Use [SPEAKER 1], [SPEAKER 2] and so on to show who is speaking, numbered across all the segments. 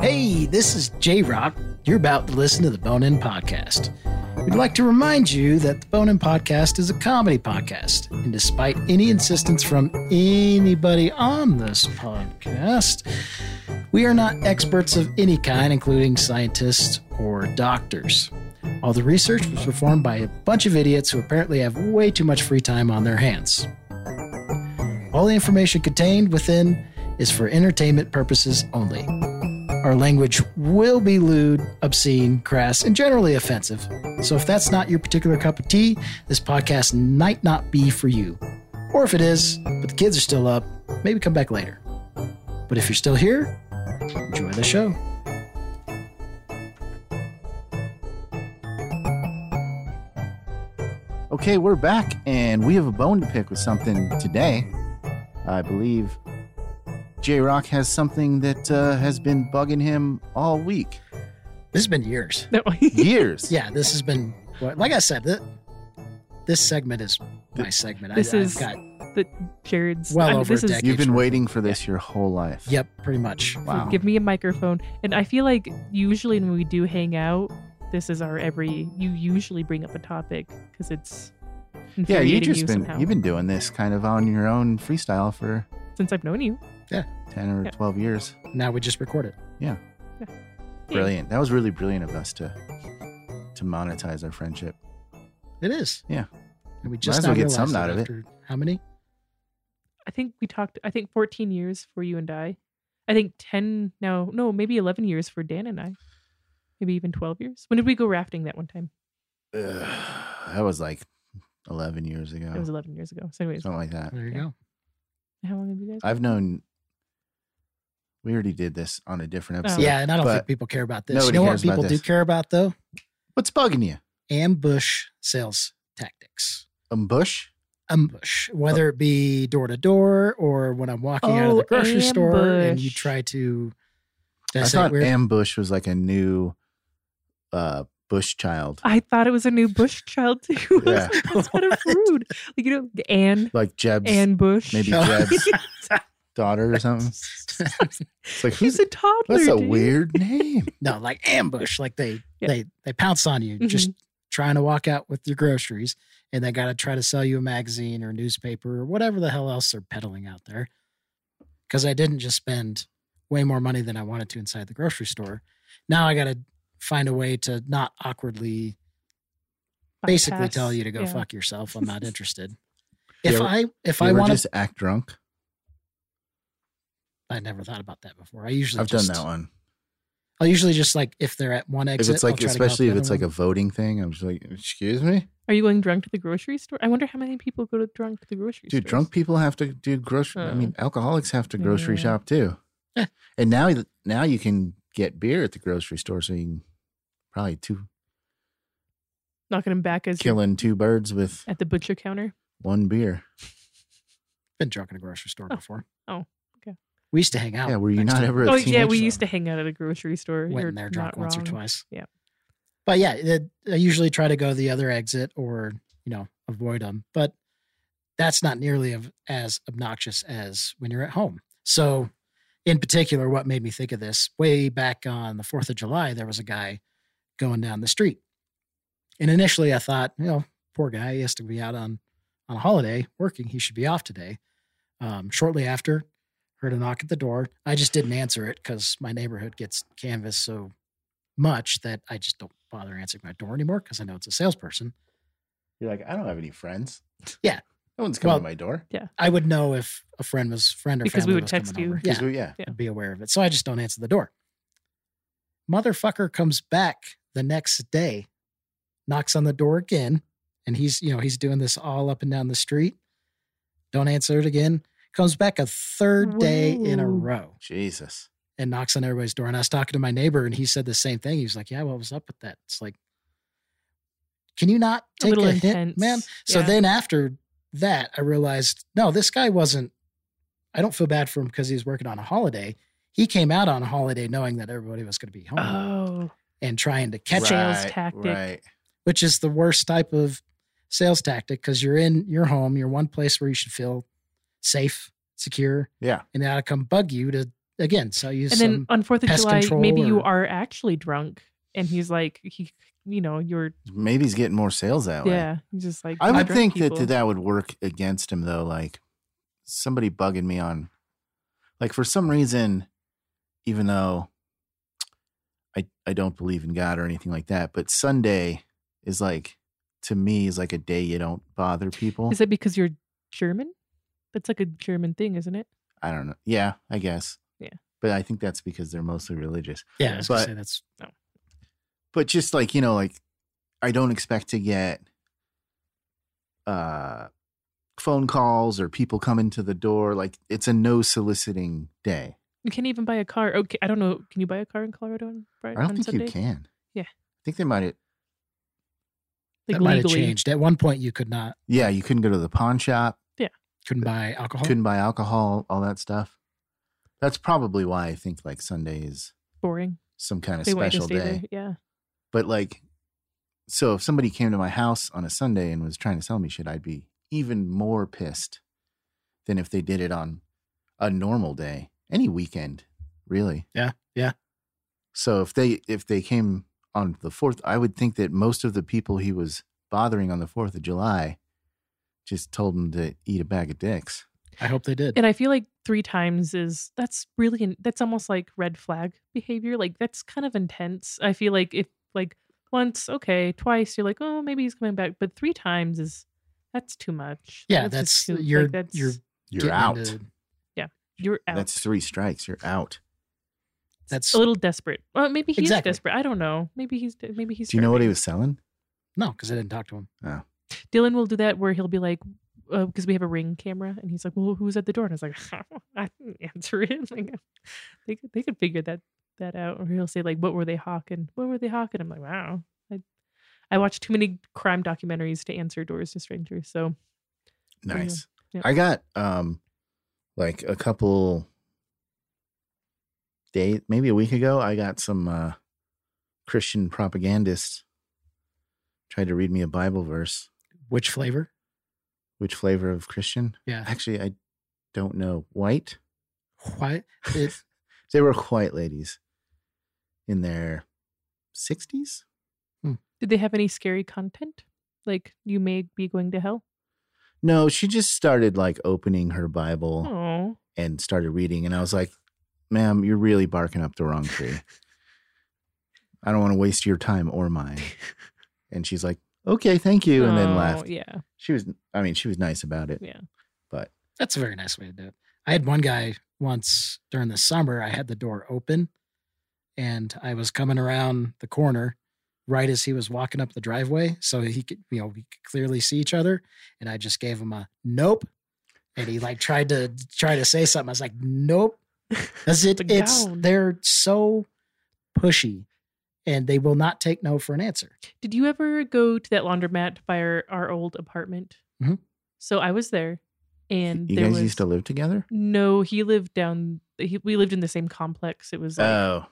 [SPEAKER 1] Hey, this is J Rock. You're about to listen to the Bone In Podcast. We'd like to remind you that the Bone In Podcast is a comedy podcast. And despite any insistence from anybody on this podcast, we are not experts of any kind, including scientists or doctors. All the research was performed by a bunch of idiots who apparently have way too much free time on their hands. All the information contained within is for entertainment purposes only. Our language will be lewd, obscene, crass, and generally offensive. So if that's not your particular cup of tea, this podcast might not be for you. Or if it is, but the kids are still up, maybe come back later. But if you're still here, enjoy the show.
[SPEAKER 2] Okay, we're back, and we have a bone to pick with something today. I believe J Rock has something that uh, has been bugging him all week,
[SPEAKER 1] This has been years.
[SPEAKER 3] No,
[SPEAKER 2] years.
[SPEAKER 1] Yeah, this has been, what- like I said, th- this segment is my segment.
[SPEAKER 3] This
[SPEAKER 1] I,
[SPEAKER 3] is-
[SPEAKER 1] I've got,
[SPEAKER 3] Jared's.
[SPEAKER 1] Well
[SPEAKER 3] I mean,
[SPEAKER 1] over
[SPEAKER 3] this
[SPEAKER 1] a
[SPEAKER 3] is
[SPEAKER 1] decade.
[SPEAKER 2] you've been waiting for this your whole life.
[SPEAKER 1] yep, pretty much.
[SPEAKER 2] Wow.
[SPEAKER 3] give me a microphone, and I feel like usually when we do hang out, this is our every. You usually bring up a topic because it's
[SPEAKER 2] Yeah,
[SPEAKER 3] infuriating
[SPEAKER 2] you just been
[SPEAKER 3] somehow.
[SPEAKER 2] you've been doing this kind of on your own freestyle for
[SPEAKER 3] since I've known you.
[SPEAKER 2] ten or
[SPEAKER 3] Yeah.
[SPEAKER 2] twelve years.
[SPEAKER 1] Now we just record it.
[SPEAKER 2] Brilliant. That was really brilliant of us to to monetize our friendship.
[SPEAKER 1] It is.
[SPEAKER 2] Yeah.
[SPEAKER 1] And we just
[SPEAKER 2] as well
[SPEAKER 1] not
[SPEAKER 2] get something
[SPEAKER 1] realized
[SPEAKER 2] out of it.
[SPEAKER 1] after How many?
[SPEAKER 3] I think we talked. I think 14 years for you and I. I think 10 no no maybe 11 years for Dan and I. Maybe even 12 years. When did we go rafting that one time?
[SPEAKER 2] that was like eleven years ago,
[SPEAKER 3] It was Mm. 11 years ago. So anyways,
[SPEAKER 2] something like that.
[SPEAKER 1] There you go.
[SPEAKER 3] how long have you guys?
[SPEAKER 2] I've known. We already did this on a different
[SPEAKER 3] Oh.
[SPEAKER 2] episode.
[SPEAKER 1] Yeah, and I don't
[SPEAKER 2] But
[SPEAKER 1] think people care about this. You
[SPEAKER 2] nobody
[SPEAKER 1] know what
[SPEAKER 2] cares about
[SPEAKER 1] people do
[SPEAKER 2] this.
[SPEAKER 1] care about though?
[SPEAKER 2] What's bugging you?
[SPEAKER 1] Ambush sales tactics.
[SPEAKER 2] Ambush?
[SPEAKER 1] Ambush, whether it be door to door or when I'm walking out of the
[SPEAKER 3] Oh,
[SPEAKER 1] grocery store and you
[SPEAKER 3] ambush.
[SPEAKER 1] try to. Did I,
[SPEAKER 2] I
[SPEAKER 1] say it
[SPEAKER 2] thought
[SPEAKER 1] weird?
[SPEAKER 2] ambush was like a new uh bush child.
[SPEAKER 3] I thought it was a new bush child too. I was
[SPEAKER 2] Yeah.
[SPEAKER 3] like, That's kind of
[SPEAKER 1] What?
[SPEAKER 3] rude. Like you know, Anne,
[SPEAKER 2] Like Jeb's
[SPEAKER 3] Anne Bush.
[SPEAKER 2] maybe
[SPEAKER 1] No.
[SPEAKER 2] Jeb's daughter or something. It's like
[SPEAKER 3] She's
[SPEAKER 2] who's
[SPEAKER 3] a toddler.
[SPEAKER 2] that's a
[SPEAKER 3] dude.
[SPEAKER 2] weird name.
[SPEAKER 1] no, like ambush, like they
[SPEAKER 3] Yeah. Mm-hmm.
[SPEAKER 1] they they pounce on you just trying to walk out with your groceries, and they got to try to sell you a magazine or newspaper or whatever the hell else they're peddling out there. Because I didn't just spend way more money than I wanted to inside the grocery store. Now I got to find a way to not awkwardly basically
[SPEAKER 3] Bypass.
[SPEAKER 1] tell you to go
[SPEAKER 3] Yeah.
[SPEAKER 1] fuck yourself. I'm not interested. If
[SPEAKER 2] ever-
[SPEAKER 1] I if
[SPEAKER 2] You
[SPEAKER 1] I
[SPEAKER 2] ever
[SPEAKER 1] want to,
[SPEAKER 2] just act drunk?
[SPEAKER 1] I never thought about that before. I usually
[SPEAKER 2] I've
[SPEAKER 1] just,
[SPEAKER 2] done that one.
[SPEAKER 1] I ually just like if they're at one exit.
[SPEAKER 2] if it's
[SPEAKER 1] I'll
[SPEAKER 2] like
[SPEAKER 1] try to go out
[SPEAKER 2] especially
[SPEAKER 1] the
[SPEAKER 2] if
[SPEAKER 1] other
[SPEAKER 2] it's like
[SPEAKER 1] one.
[SPEAKER 2] a voting thing, I'm just like, excuse me?
[SPEAKER 3] Are you going drunk to the grocery store? I wonder how many people go to drunk to the grocery store.
[SPEAKER 2] Dude, drunk people have to do grocery I
[SPEAKER 3] Oh.
[SPEAKER 2] mean alcoholics have to grocery
[SPEAKER 3] Yeah.
[SPEAKER 2] shop too.
[SPEAKER 1] Yeah.
[SPEAKER 2] And now now you can get beer at the grocery store so you can probably two
[SPEAKER 3] knocking him back as
[SPEAKER 2] killing two birds with
[SPEAKER 3] at the butcher counter.
[SPEAKER 2] one beer.
[SPEAKER 1] been drunk in a grocery store
[SPEAKER 3] Oh.
[SPEAKER 1] before.
[SPEAKER 3] Oh, okay.
[SPEAKER 1] We used to hang out.
[SPEAKER 2] Yeah, were you
[SPEAKER 1] next
[SPEAKER 2] not
[SPEAKER 1] to-
[SPEAKER 2] ever a
[SPEAKER 3] Oh yeah, we
[SPEAKER 2] teenager?
[SPEAKER 3] used to hang out at a grocery store.
[SPEAKER 1] went
[SPEAKER 3] You're
[SPEAKER 1] in there drunk
[SPEAKER 3] not
[SPEAKER 1] once or
[SPEAKER 3] wrong.
[SPEAKER 1] twice?
[SPEAKER 3] Yeah.
[SPEAKER 1] But yeah, it, I usually try to go the other exit or you know avoid them. But that's not nearly of, as obnoxious as when you're at home. So, in particular, what made me think of this way back on the Fourth of July, there was a guy going down the street, and initially I thought, you know, poor guy, he has to be out on on a holiday working. He should be off today. Um, shortly after, heard a knock at the door. I just didn't answer it because my neighborhood gets canvassed so much that I just don't bother answering my door anymore because I know it's a salesperson.
[SPEAKER 2] You're like, I don't have any friends.
[SPEAKER 1] Yeah.
[SPEAKER 2] No one's coming
[SPEAKER 1] Well-
[SPEAKER 2] to my door.
[SPEAKER 1] I would know if a friend was friend or
[SPEAKER 3] Because we
[SPEAKER 1] family
[SPEAKER 3] would
[SPEAKER 1] was
[SPEAKER 3] text
[SPEAKER 1] coming
[SPEAKER 3] you.
[SPEAKER 1] over. Yeah,
[SPEAKER 2] Yeah. yeah.
[SPEAKER 3] Yeah.
[SPEAKER 1] I'd be aware of it. So I just don't answer the door. Motherfucker comes back the next day, knocks on the door again, and he's you know he's doing this all up and down the street. Don't answer it again. Comes back a third day in a
[SPEAKER 3] Whoa.
[SPEAKER 1] row.
[SPEAKER 2] Jesus.
[SPEAKER 1] and knocks on everybody's door. And I was talking to my neighbor, and he said the same thing. He was like, "Yeah, what was up with that?" It's like, can you not
[SPEAKER 3] A
[SPEAKER 1] take a,
[SPEAKER 3] little
[SPEAKER 1] hint,
[SPEAKER 3] intense.
[SPEAKER 1] man? So
[SPEAKER 3] Yeah.
[SPEAKER 1] then after that, I realized, no, this guy wasn't. I don't feel bad for him because he was working on a holiday. He came out on a holiday knowing that everybody was going to be home
[SPEAKER 3] Oh,
[SPEAKER 1] and trying to catch him,
[SPEAKER 3] Right. sales tactic.
[SPEAKER 2] Right.
[SPEAKER 1] which is the worst type of sales tactic because you're in your home, you're one place where you should feel safe, secure,
[SPEAKER 2] Yeah.
[SPEAKER 1] and now to come bug you to again, sell you
[SPEAKER 3] And
[SPEAKER 1] some.
[SPEAKER 3] then on Fourth of
[SPEAKER 1] pest
[SPEAKER 3] July,
[SPEAKER 1] control
[SPEAKER 3] maybe you
[SPEAKER 1] or-
[SPEAKER 3] are actually drunk, and he's like, he, you know, you're,
[SPEAKER 2] Maybe he's getting more sales that way.
[SPEAKER 3] yeah, he's just like.
[SPEAKER 2] I
[SPEAKER 3] "These
[SPEAKER 2] would
[SPEAKER 3] drunk
[SPEAKER 2] think
[SPEAKER 3] people."
[SPEAKER 2] that that would work against him though. Like somebody bugging me on, like for some reason, even though I I don't believe in God or anything like that, but Sunday is like to me is like a day you don't bother people.
[SPEAKER 3] Is it because you're German? That's like a German thing, isn't it?
[SPEAKER 2] I don't know. Yeah, I guess.
[SPEAKER 3] Yeah.
[SPEAKER 2] but I think that's because they're mostly religious.
[SPEAKER 1] yeah, I was gonna
[SPEAKER 2] but-
[SPEAKER 1] say that's
[SPEAKER 2] but just like you know like i don't expect to get uh phone calls or people coming to the door like it's a no soliciting day
[SPEAKER 3] You can't even buy a car. Okay, I don't know. Can you buy a car in Colorado on
[SPEAKER 2] i
[SPEAKER 3] Friday?
[SPEAKER 2] don't
[SPEAKER 3] on
[SPEAKER 2] think
[SPEAKER 3] Sunday?
[SPEAKER 2] you can
[SPEAKER 3] Yeah.
[SPEAKER 2] i think they might
[SPEAKER 1] that might have changed. At one point, you could not
[SPEAKER 2] yeah you couldn't go to the pawn shop
[SPEAKER 1] couldn't buy
[SPEAKER 3] Oh.
[SPEAKER 1] alcohol.
[SPEAKER 2] couldn't buy alcohol all that stuff that's probably why i think like sunday is
[SPEAKER 3] Boring.
[SPEAKER 2] some kind of
[SPEAKER 3] They want you to
[SPEAKER 2] special
[SPEAKER 3] stay
[SPEAKER 2] day
[SPEAKER 3] there.
[SPEAKER 2] but like so if somebody came to my house on a sunday and was trying to sell me shit i'd be even more pissed than if they did it on a normal day any weekend really
[SPEAKER 1] Yeah, yeah.
[SPEAKER 2] so if they if they came on the 4th i would think that most of the people he was bothering on the 4th of july just told him to eat a bag of dicks
[SPEAKER 1] I hope they
[SPEAKER 3] Yeah.
[SPEAKER 1] did.
[SPEAKER 3] And I feel like three times is that's really in, that's almost like red flag behavior. Like that's kind of intense. I feel like if like once, okay, twice, you're like, oh, maybe he's coming back, but three times is that's too much.
[SPEAKER 1] yeah,
[SPEAKER 3] just
[SPEAKER 1] that's,
[SPEAKER 3] too- like,
[SPEAKER 1] you're
[SPEAKER 3] that's-
[SPEAKER 1] you're
[SPEAKER 2] you're
[SPEAKER 1] getting
[SPEAKER 2] out
[SPEAKER 1] into-
[SPEAKER 3] you're out.
[SPEAKER 2] that's three strikes you're out
[SPEAKER 1] that's
[SPEAKER 3] a little desperate. Well, maybe he's
[SPEAKER 1] Exactly.
[SPEAKER 3] desperate. I don't know. Maybe he's maybe he's.
[SPEAKER 2] do you know what
[SPEAKER 3] starving.
[SPEAKER 2] he was selling
[SPEAKER 1] no, because I didn't talk to him.
[SPEAKER 3] Dylan will do that where he'll be like, because we have a ring camera, and he's like, "Well, who's at the door?" And I was like, "I didn't answer it." Like, they could, they could figure that that out. Or he'll say like, "What were they hawking? What were they hawking?" I'm like, "Wow, I I watch too many crime documentaries to answer doors to strangers." So Yeah.
[SPEAKER 2] Nice.
[SPEAKER 3] Yeah.
[SPEAKER 2] I got um like a couple days, maybe a week ago, I got some uh Christian propagandists tried to read me a Bible verse.
[SPEAKER 1] Which flavor?
[SPEAKER 2] Which flavor of Christian?
[SPEAKER 1] Yeah,
[SPEAKER 2] Actually, I don't know. White?
[SPEAKER 1] why? It,
[SPEAKER 2] They were white ladies in their 60s.
[SPEAKER 3] did they have any scary content? Like, you may be going to hell.
[SPEAKER 2] No, she just started like opening her Bible.
[SPEAKER 3] Oh,
[SPEAKER 2] and started reading. And I was like, ma'am, you're really barking up the wrong tree. I don't want to waste your time or mine. And she's like, okay, thank you. And then left.
[SPEAKER 3] Oh, Yeah,
[SPEAKER 2] She was, I mean, she was nice about it.
[SPEAKER 3] yeah.
[SPEAKER 1] that's a very nice way to do it. I had one guy once during the summer. I had the door open, and I was coming around the corner right as he was walking up the driveway, so he could, you know, we could clearly see each other. And I just gave him a nope, and he like tried to try to say something. I was like, nope. Because it,
[SPEAKER 3] But
[SPEAKER 1] it's
[SPEAKER 3] down.
[SPEAKER 1] they're so pushy, and they will not take no for an answer.
[SPEAKER 3] Did you ever go to that laundromat by our, our old apartment?
[SPEAKER 1] Mhm.
[SPEAKER 3] So I was there, and
[SPEAKER 2] Mm-hmm. you
[SPEAKER 3] there
[SPEAKER 2] guys
[SPEAKER 3] was
[SPEAKER 2] used to live together?
[SPEAKER 3] no. He lived down. He, we lived in the same complex. It was like
[SPEAKER 2] Oh,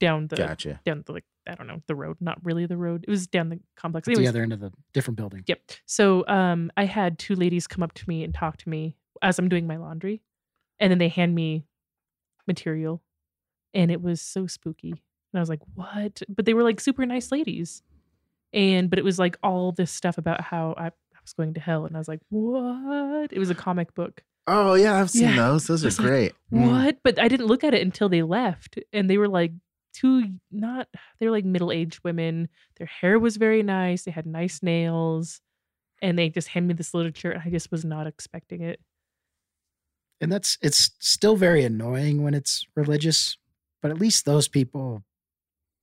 [SPEAKER 3] down the
[SPEAKER 2] gotcha.
[SPEAKER 3] down the like I don't know the road. Not really the road. It was down the complex.
[SPEAKER 1] It's the
[SPEAKER 3] Anyways,
[SPEAKER 1] other end of the different building.
[SPEAKER 3] Yep. So um, I had two ladies come up to me and talk to me as I'm doing my laundry, and then they hand me material, and it was so spooky. And I was like, "What?" But they were like super nice ladies, and but it was like all this stuff about how I, I was going to hell, and I was like, "What?" It was a comic book.
[SPEAKER 2] Oh, yeah, I've seen
[SPEAKER 3] Yeah.
[SPEAKER 2] those. Those
[SPEAKER 3] It's
[SPEAKER 2] are
[SPEAKER 3] like-
[SPEAKER 2] great.
[SPEAKER 1] Mm.
[SPEAKER 3] What? But I didn't look at it until they left, and they were like two not they were like middle aged women. Their hair was very nice. They had nice nails, and they just handed me this literature, and I just was not expecting it.
[SPEAKER 1] and that's it's still very annoying when it's religious but at least those people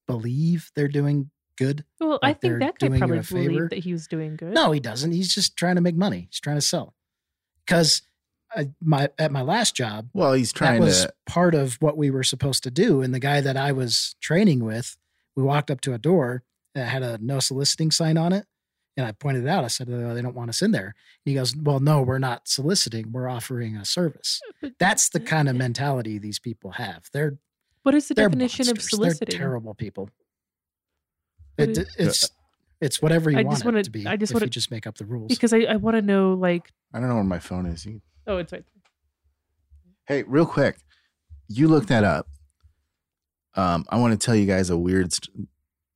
[SPEAKER 1] believe they're doing good
[SPEAKER 3] Well, I
[SPEAKER 1] Like they're
[SPEAKER 3] think that guy
[SPEAKER 1] doing you
[SPEAKER 3] probably
[SPEAKER 1] a favor?
[SPEAKER 3] believed that he was doing good.
[SPEAKER 1] no he doesn't he's just trying to make money he's trying to sell because my at my last job
[SPEAKER 2] Well, he's trying
[SPEAKER 1] that was
[SPEAKER 2] to.
[SPEAKER 1] part of what we were supposed to do and the guy that i was training with we walked up to a door that had a no soliciting sign on it and i pointed it out i said oh, they don't want us in there and he goes well no we're not soliciting we're offering a service
[SPEAKER 3] But
[SPEAKER 1] that's the kind of mentality these people have they're
[SPEAKER 3] what is the
[SPEAKER 1] They're
[SPEAKER 3] definition of
[SPEAKER 1] monsters.
[SPEAKER 3] soliciting?
[SPEAKER 1] They're terrible people.
[SPEAKER 3] What
[SPEAKER 1] It,
[SPEAKER 3] is-
[SPEAKER 2] Uh,
[SPEAKER 1] it's it's whatever you
[SPEAKER 3] I
[SPEAKER 1] want
[SPEAKER 3] just
[SPEAKER 1] it
[SPEAKER 3] wanna-
[SPEAKER 1] to be.
[SPEAKER 3] I just
[SPEAKER 1] if
[SPEAKER 3] wanna-
[SPEAKER 1] you just make up the rules.
[SPEAKER 3] Because I, I want to know like
[SPEAKER 2] I don't know where my phone is. You-
[SPEAKER 3] oh it's right.
[SPEAKER 2] Hey, real quick, you look that up. Um, I want to tell you guys a weird. St-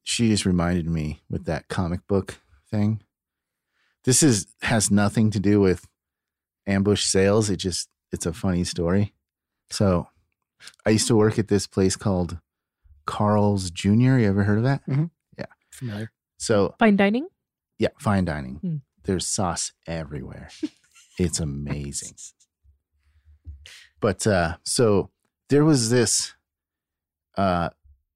[SPEAKER 2] she just reminded me with that comic book thing. This is has nothing to do with ambush sales. It just it's a funny story. So, I used to work at this place called Carl's Jr. You ever heard of that?
[SPEAKER 1] Familiar.
[SPEAKER 2] So
[SPEAKER 3] Fine dining?
[SPEAKER 2] yeah, fine dining.
[SPEAKER 3] Hmm.
[SPEAKER 2] There's sauce everywhere. it's amazing. But uh so there was this uh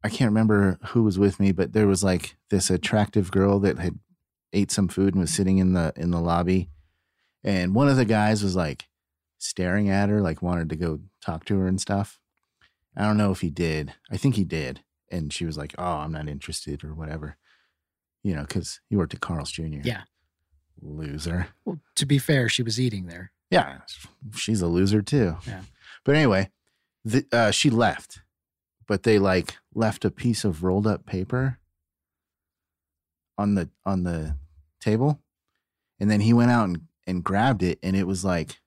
[SPEAKER 2] I can't remember who was with me, but there was like this attractive girl that had ate some food and was sitting in the in the lobby. And one of the guys was like staring at her, like wanted to go talk to her and stuff. I don't know if he did. I think he did. And she was like, "Oh, I'm not interested," or whatever. You know, because he worked at Carl's Jr.
[SPEAKER 1] Yeah.
[SPEAKER 2] loser.
[SPEAKER 1] Well, to be fair, she was eating there.
[SPEAKER 2] Yeah, she's a loser too.
[SPEAKER 1] Yeah.
[SPEAKER 2] But anyway, the, uh, she left, but they like left a piece of rolled up paper on the on the table, and then he went out and, and grabbed it, and it was like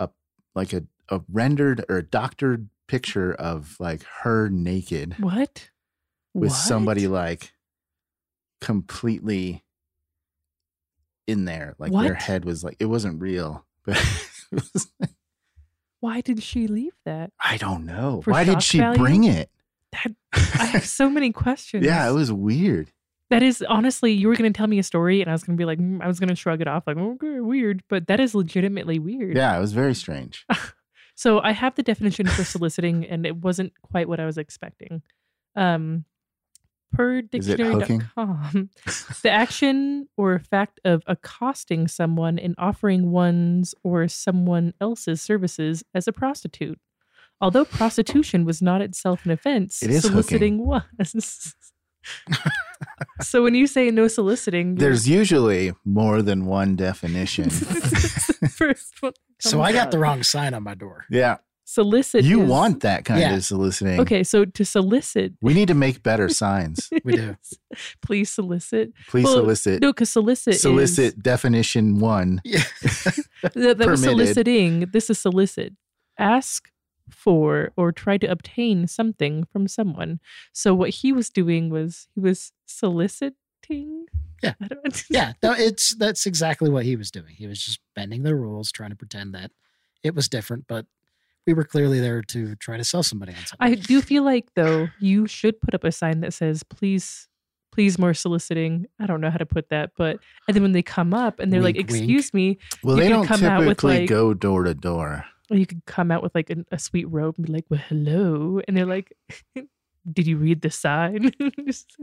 [SPEAKER 2] a like a a rendered or a doctored picture of like her naked
[SPEAKER 3] What?
[SPEAKER 2] with
[SPEAKER 3] What?
[SPEAKER 2] somebody like completely in there, like their
[SPEAKER 3] What?
[SPEAKER 2] head was like it wasn't real, but. it was
[SPEAKER 3] Why did she leave that?
[SPEAKER 2] I don't know.
[SPEAKER 3] For
[SPEAKER 2] Why
[SPEAKER 3] shock
[SPEAKER 2] did she
[SPEAKER 3] value?
[SPEAKER 2] bring it?
[SPEAKER 3] That I have so many questions.
[SPEAKER 2] yeah, it was weird.
[SPEAKER 3] that is honestly, you were going to tell me a story, and I was going to be like, mm, I was going to shrug it off, like, okay, weird, but that is legitimately weird.
[SPEAKER 2] Yeah, it was very strange.
[SPEAKER 3] So I have the definition for soliciting, and it wasn't quite what I was expecting. Um, per
[SPEAKER 2] Is it
[SPEAKER 3] dictionary.com, the action or fact of accosting someone and offering one's or someone else's services as a prostitute. Although prostitution was not itself an offense,
[SPEAKER 2] It is
[SPEAKER 3] soliciting was. so when you say no soliciting, you're-
[SPEAKER 2] There's usually more than one definition.
[SPEAKER 3] First one that
[SPEAKER 1] So I
[SPEAKER 3] comes
[SPEAKER 1] got the
[SPEAKER 3] up.
[SPEAKER 1] wrong sign on my door.
[SPEAKER 2] yeah,
[SPEAKER 3] solicit.
[SPEAKER 2] you
[SPEAKER 3] is-
[SPEAKER 2] want that kind
[SPEAKER 1] Yeah.
[SPEAKER 2] of soliciting.
[SPEAKER 3] Okay, so to solicit
[SPEAKER 2] We need to make better signs.
[SPEAKER 1] We do.
[SPEAKER 3] Please solicit.
[SPEAKER 2] Please
[SPEAKER 3] Well,
[SPEAKER 2] solicit.
[SPEAKER 3] No, because solicit. is-
[SPEAKER 2] solicit definition one.
[SPEAKER 1] Yeah.
[SPEAKER 3] that, that was
[SPEAKER 2] permitted.
[SPEAKER 3] soliciting. This is solicit. Ask for or try to obtain something from someone. So what he was doing was he was soliciting.
[SPEAKER 1] Yeah.
[SPEAKER 3] I don't.
[SPEAKER 1] yeah, no, it's that's exactly what he was doing. He was just bending the rules, trying to pretend that it was different, but we were clearly there to try to sell somebody on something.
[SPEAKER 3] I do feel like though you should put up a sign that says please. Please more soliciting. I don't know how to put that, but and then when they come up and they're like,
[SPEAKER 1] Wink, wink.
[SPEAKER 3] "Excuse me,"
[SPEAKER 2] Well,
[SPEAKER 3] You
[SPEAKER 2] they
[SPEAKER 3] could
[SPEAKER 2] don't
[SPEAKER 3] come out with,
[SPEAKER 2] typically
[SPEAKER 3] like-
[SPEAKER 2] go door to door.
[SPEAKER 3] Or you could come out with like an, a sweet robe and be like, well, hello. And they're like, did you read the sign? Just,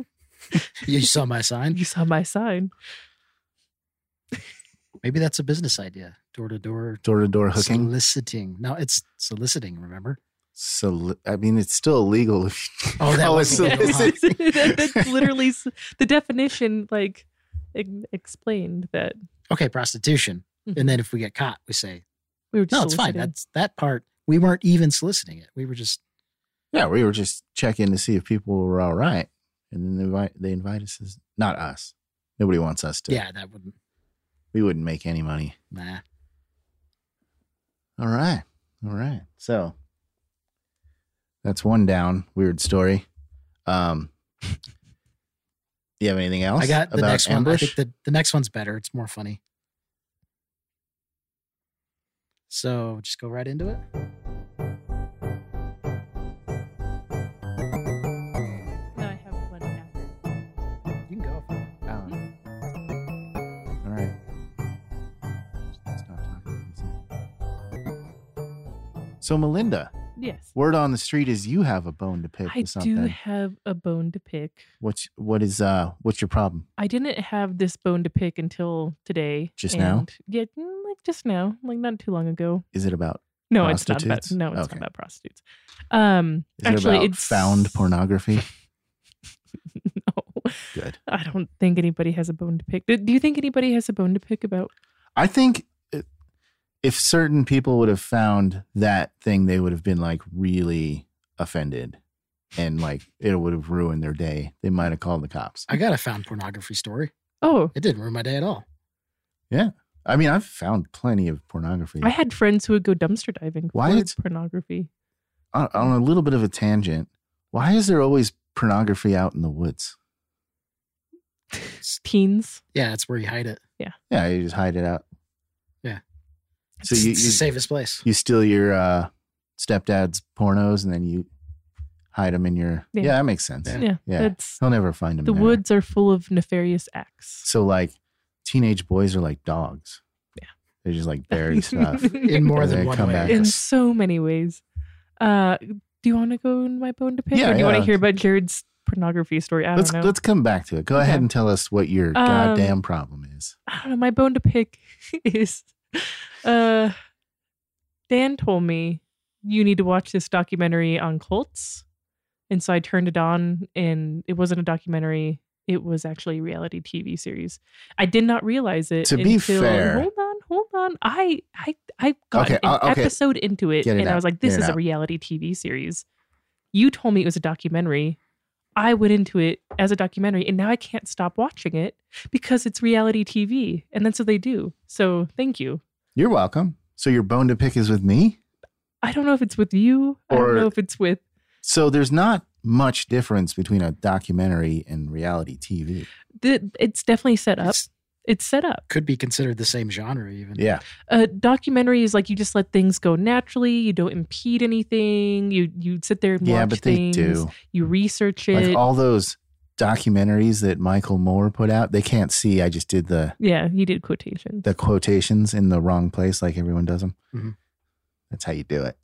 [SPEAKER 1] you saw my sign.
[SPEAKER 3] you saw my sign.
[SPEAKER 1] Maybe that's a business idea. Door to door
[SPEAKER 2] Door to door hooking.
[SPEAKER 1] soliciting. No, it's soliciting. Remember?
[SPEAKER 2] Soli- I mean, it's still illegal. If you
[SPEAKER 1] Oh, that
[SPEAKER 2] call it
[SPEAKER 1] wasn't
[SPEAKER 3] Yeah,
[SPEAKER 1] legal, huh?
[SPEAKER 2] soliciting.
[SPEAKER 3] it's- that- that's literally s- the definition, like ex- explained that
[SPEAKER 1] Okay, prostitution. And then if we get caught, we say,
[SPEAKER 3] we were just
[SPEAKER 1] "No, it's fine."
[SPEAKER 3] soliciting.
[SPEAKER 1] That's that part. We weren't even soliciting it. We were just
[SPEAKER 2] Yeah, we were just checking to see if people were all right, and then they invite they invite us. As, not us. Nobody wants us to.
[SPEAKER 1] yeah. That wouldn't
[SPEAKER 2] we wouldn't make any money.
[SPEAKER 1] nah.
[SPEAKER 2] All right, all right. So that's one down. Weird story. Um, you have anything else?
[SPEAKER 1] I got the
[SPEAKER 2] about
[SPEAKER 1] next one. I
[SPEAKER 2] ambush?
[SPEAKER 1] think the, the next one's better. It's more funny. So just go right into it.
[SPEAKER 3] No, I have one after.
[SPEAKER 1] You can go.
[SPEAKER 2] Alan. Oh. All right. Stop talking. So Melinda,
[SPEAKER 3] Yes.
[SPEAKER 2] word on the street is you have a bone to pick
[SPEAKER 3] I
[SPEAKER 2] with something.
[SPEAKER 3] do have a bone to pick.
[SPEAKER 2] What's what is uh what's your problem?
[SPEAKER 3] I didn't have this bone to pick until today.
[SPEAKER 2] Just now?
[SPEAKER 3] and- Yeah, mm, like just now, like not too long ago.
[SPEAKER 2] Is it about
[SPEAKER 3] No, it's not about
[SPEAKER 2] Prostitutes?
[SPEAKER 3] no, it's
[SPEAKER 2] Okay.
[SPEAKER 3] not about prostitutes. Um,
[SPEAKER 2] is
[SPEAKER 3] actually,
[SPEAKER 2] it about
[SPEAKER 3] it's
[SPEAKER 2] found pornography?
[SPEAKER 3] No,
[SPEAKER 2] Good.
[SPEAKER 3] I don't think anybody has a bone to pick. Do, do you think anybody has a bone to pick about?
[SPEAKER 2] I think it, if certain people would have found that thing, they would have been like really offended, and like it would have ruined their day. They might have called the cops.
[SPEAKER 1] I got a found pornography story.
[SPEAKER 3] Oh,
[SPEAKER 1] It didn't ruin my day at all.
[SPEAKER 2] I mean, I've found plenty of pornography.
[SPEAKER 3] I had friends who would go dumpster diving
[SPEAKER 2] Why
[SPEAKER 3] for
[SPEAKER 2] it's-
[SPEAKER 3] pornography.
[SPEAKER 2] on, on a little bit of a tangent, why is there always pornography out in the woods?
[SPEAKER 3] Teens.
[SPEAKER 1] Yeah, that's where you hide it.
[SPEAKER 2] Yeah, you just hide it out.
[SPEAKER 1] It's,
[SPEAKER 2] So you-
[SPEAKER 1] it's
[SPEAKER 2] you-
[SPEAKER 1] the safest place.
[SPEAKER 2] You steal your uh, stepdad's pornos and then you hide them in your.
[SPEAKER 3] Yeah.
[SPEAKER 2] Yeah, that makes sense.
[SPEAKER 1] Yeah.
[SPEAKER 3] Yeah.
[SPEAKER 2] Yeah, Oh,
[SPEAKER 3] That's
[SPEAKER 2] he'll never find them.
[SPEAKER 3] the
[SPEAKER 2] there.
[SPEAKER 3] woods are full of nefarious acts.
[SPEAKER 2] So like, teenage boys are like dogs.
[SPEAKER 3] Yeah.
[SPEAKER 2] they're just like buried stuff.
[SPEAKER 1] in more
[SPEAKER 2] And
[SPEAKER 1] than
[SPEAKER 2] they
[SPEAKER 1] one
[SPEAKER 2] come
[SPEAKER 1] way.
[SPEAKER 2] back.
[SPEAKER 3] in so many ways. Uh, do you want to go in my bone to pick,
[SPEAKER 2] Yeah,
[SPEAKER 3] or do you want to
[SPEAKER 2] yeah.
[SPEAKER 3] hear about Jared's pornography story? I don't
[SPEAKER 2] Let's
[SPEAKER 3] know.
[SPEAKER 2] let's come back to it. Go
[SPEAKER 3] Okay. Um,
[SPEAKER 2] ahead and tell us what your goddamn problem is.
[SPEAKER 3] I don't know. My bone to pick is, uh, Dan told me you need to watch this documentary on cults, and so I turned it on, and it wasn't a documentary. It was actually a reality TV series. I did not realize it.
[SPEAKER 2] To be
[SPEAKER 3] until-
[SPEAKER 2] fair-
[SPEAKER 3] hold on, hold on. I I I got
[SPEAKER 2] Okay,
[SPEAKER 3] an
[SPEAKER 2] uh, okay.
[SPEAKER 3] episode into it,
[SPEAKER 2] Get it
[SPEAKER 3] and I
[SPEAKER 2] out,
[SPEAKER 3] was like,
[SPEAKER 2] get
[SPEAKER 3] "This
[SPEAKER 2] it
[SPEAKER 3] is a
[SPEAKER 2] out.
[SPEAKER 3] reality TV series." You told me it was a documentary. I went into it as a documentary, and now I can't stop watching it because it's reality TV, and that's what they do. So thank you.
[SPEAKER 2] You're welcome. So your bone to pick is with me.
[SPEAKER 3] I don't know if it's with you. I don't
[SPEAKER 2] Or-
[SPEAKER 3] know if it's with.
[SPEAKER 2] So there's not much difference between a documentary and reality TV.
[SPEAKER 3] th- It's definitely set up.
[SPEAKER 1] It's-
[SPEAKER 3] It's set up.
[SPEAKER 1] Could be considered the same genre, even.
[SPEAKER 2] Yeah.
[SPEAKER 3] a documentary is like you just let things go naturally. You don't impede anything. You you sit there and
[SPEAKER 2] Yeah,
[SPEAKER 3] watch
[SPEAKER 2] but
[SPEAKER 3] things.
[SPEAKER 2] they do.
[SPEAKER 3] You research it.
[SPEAKER 2] Like all those documentaries that Michael Moore put out, they can't see. I just did the
[SPEAKER 3] yeah, you did quotations.
[SPEAKER 2] the quotations in the wrong place like everyone does them.
[SPEAKER 1] Mhm.
[SPEAKER 2] That's how you do it.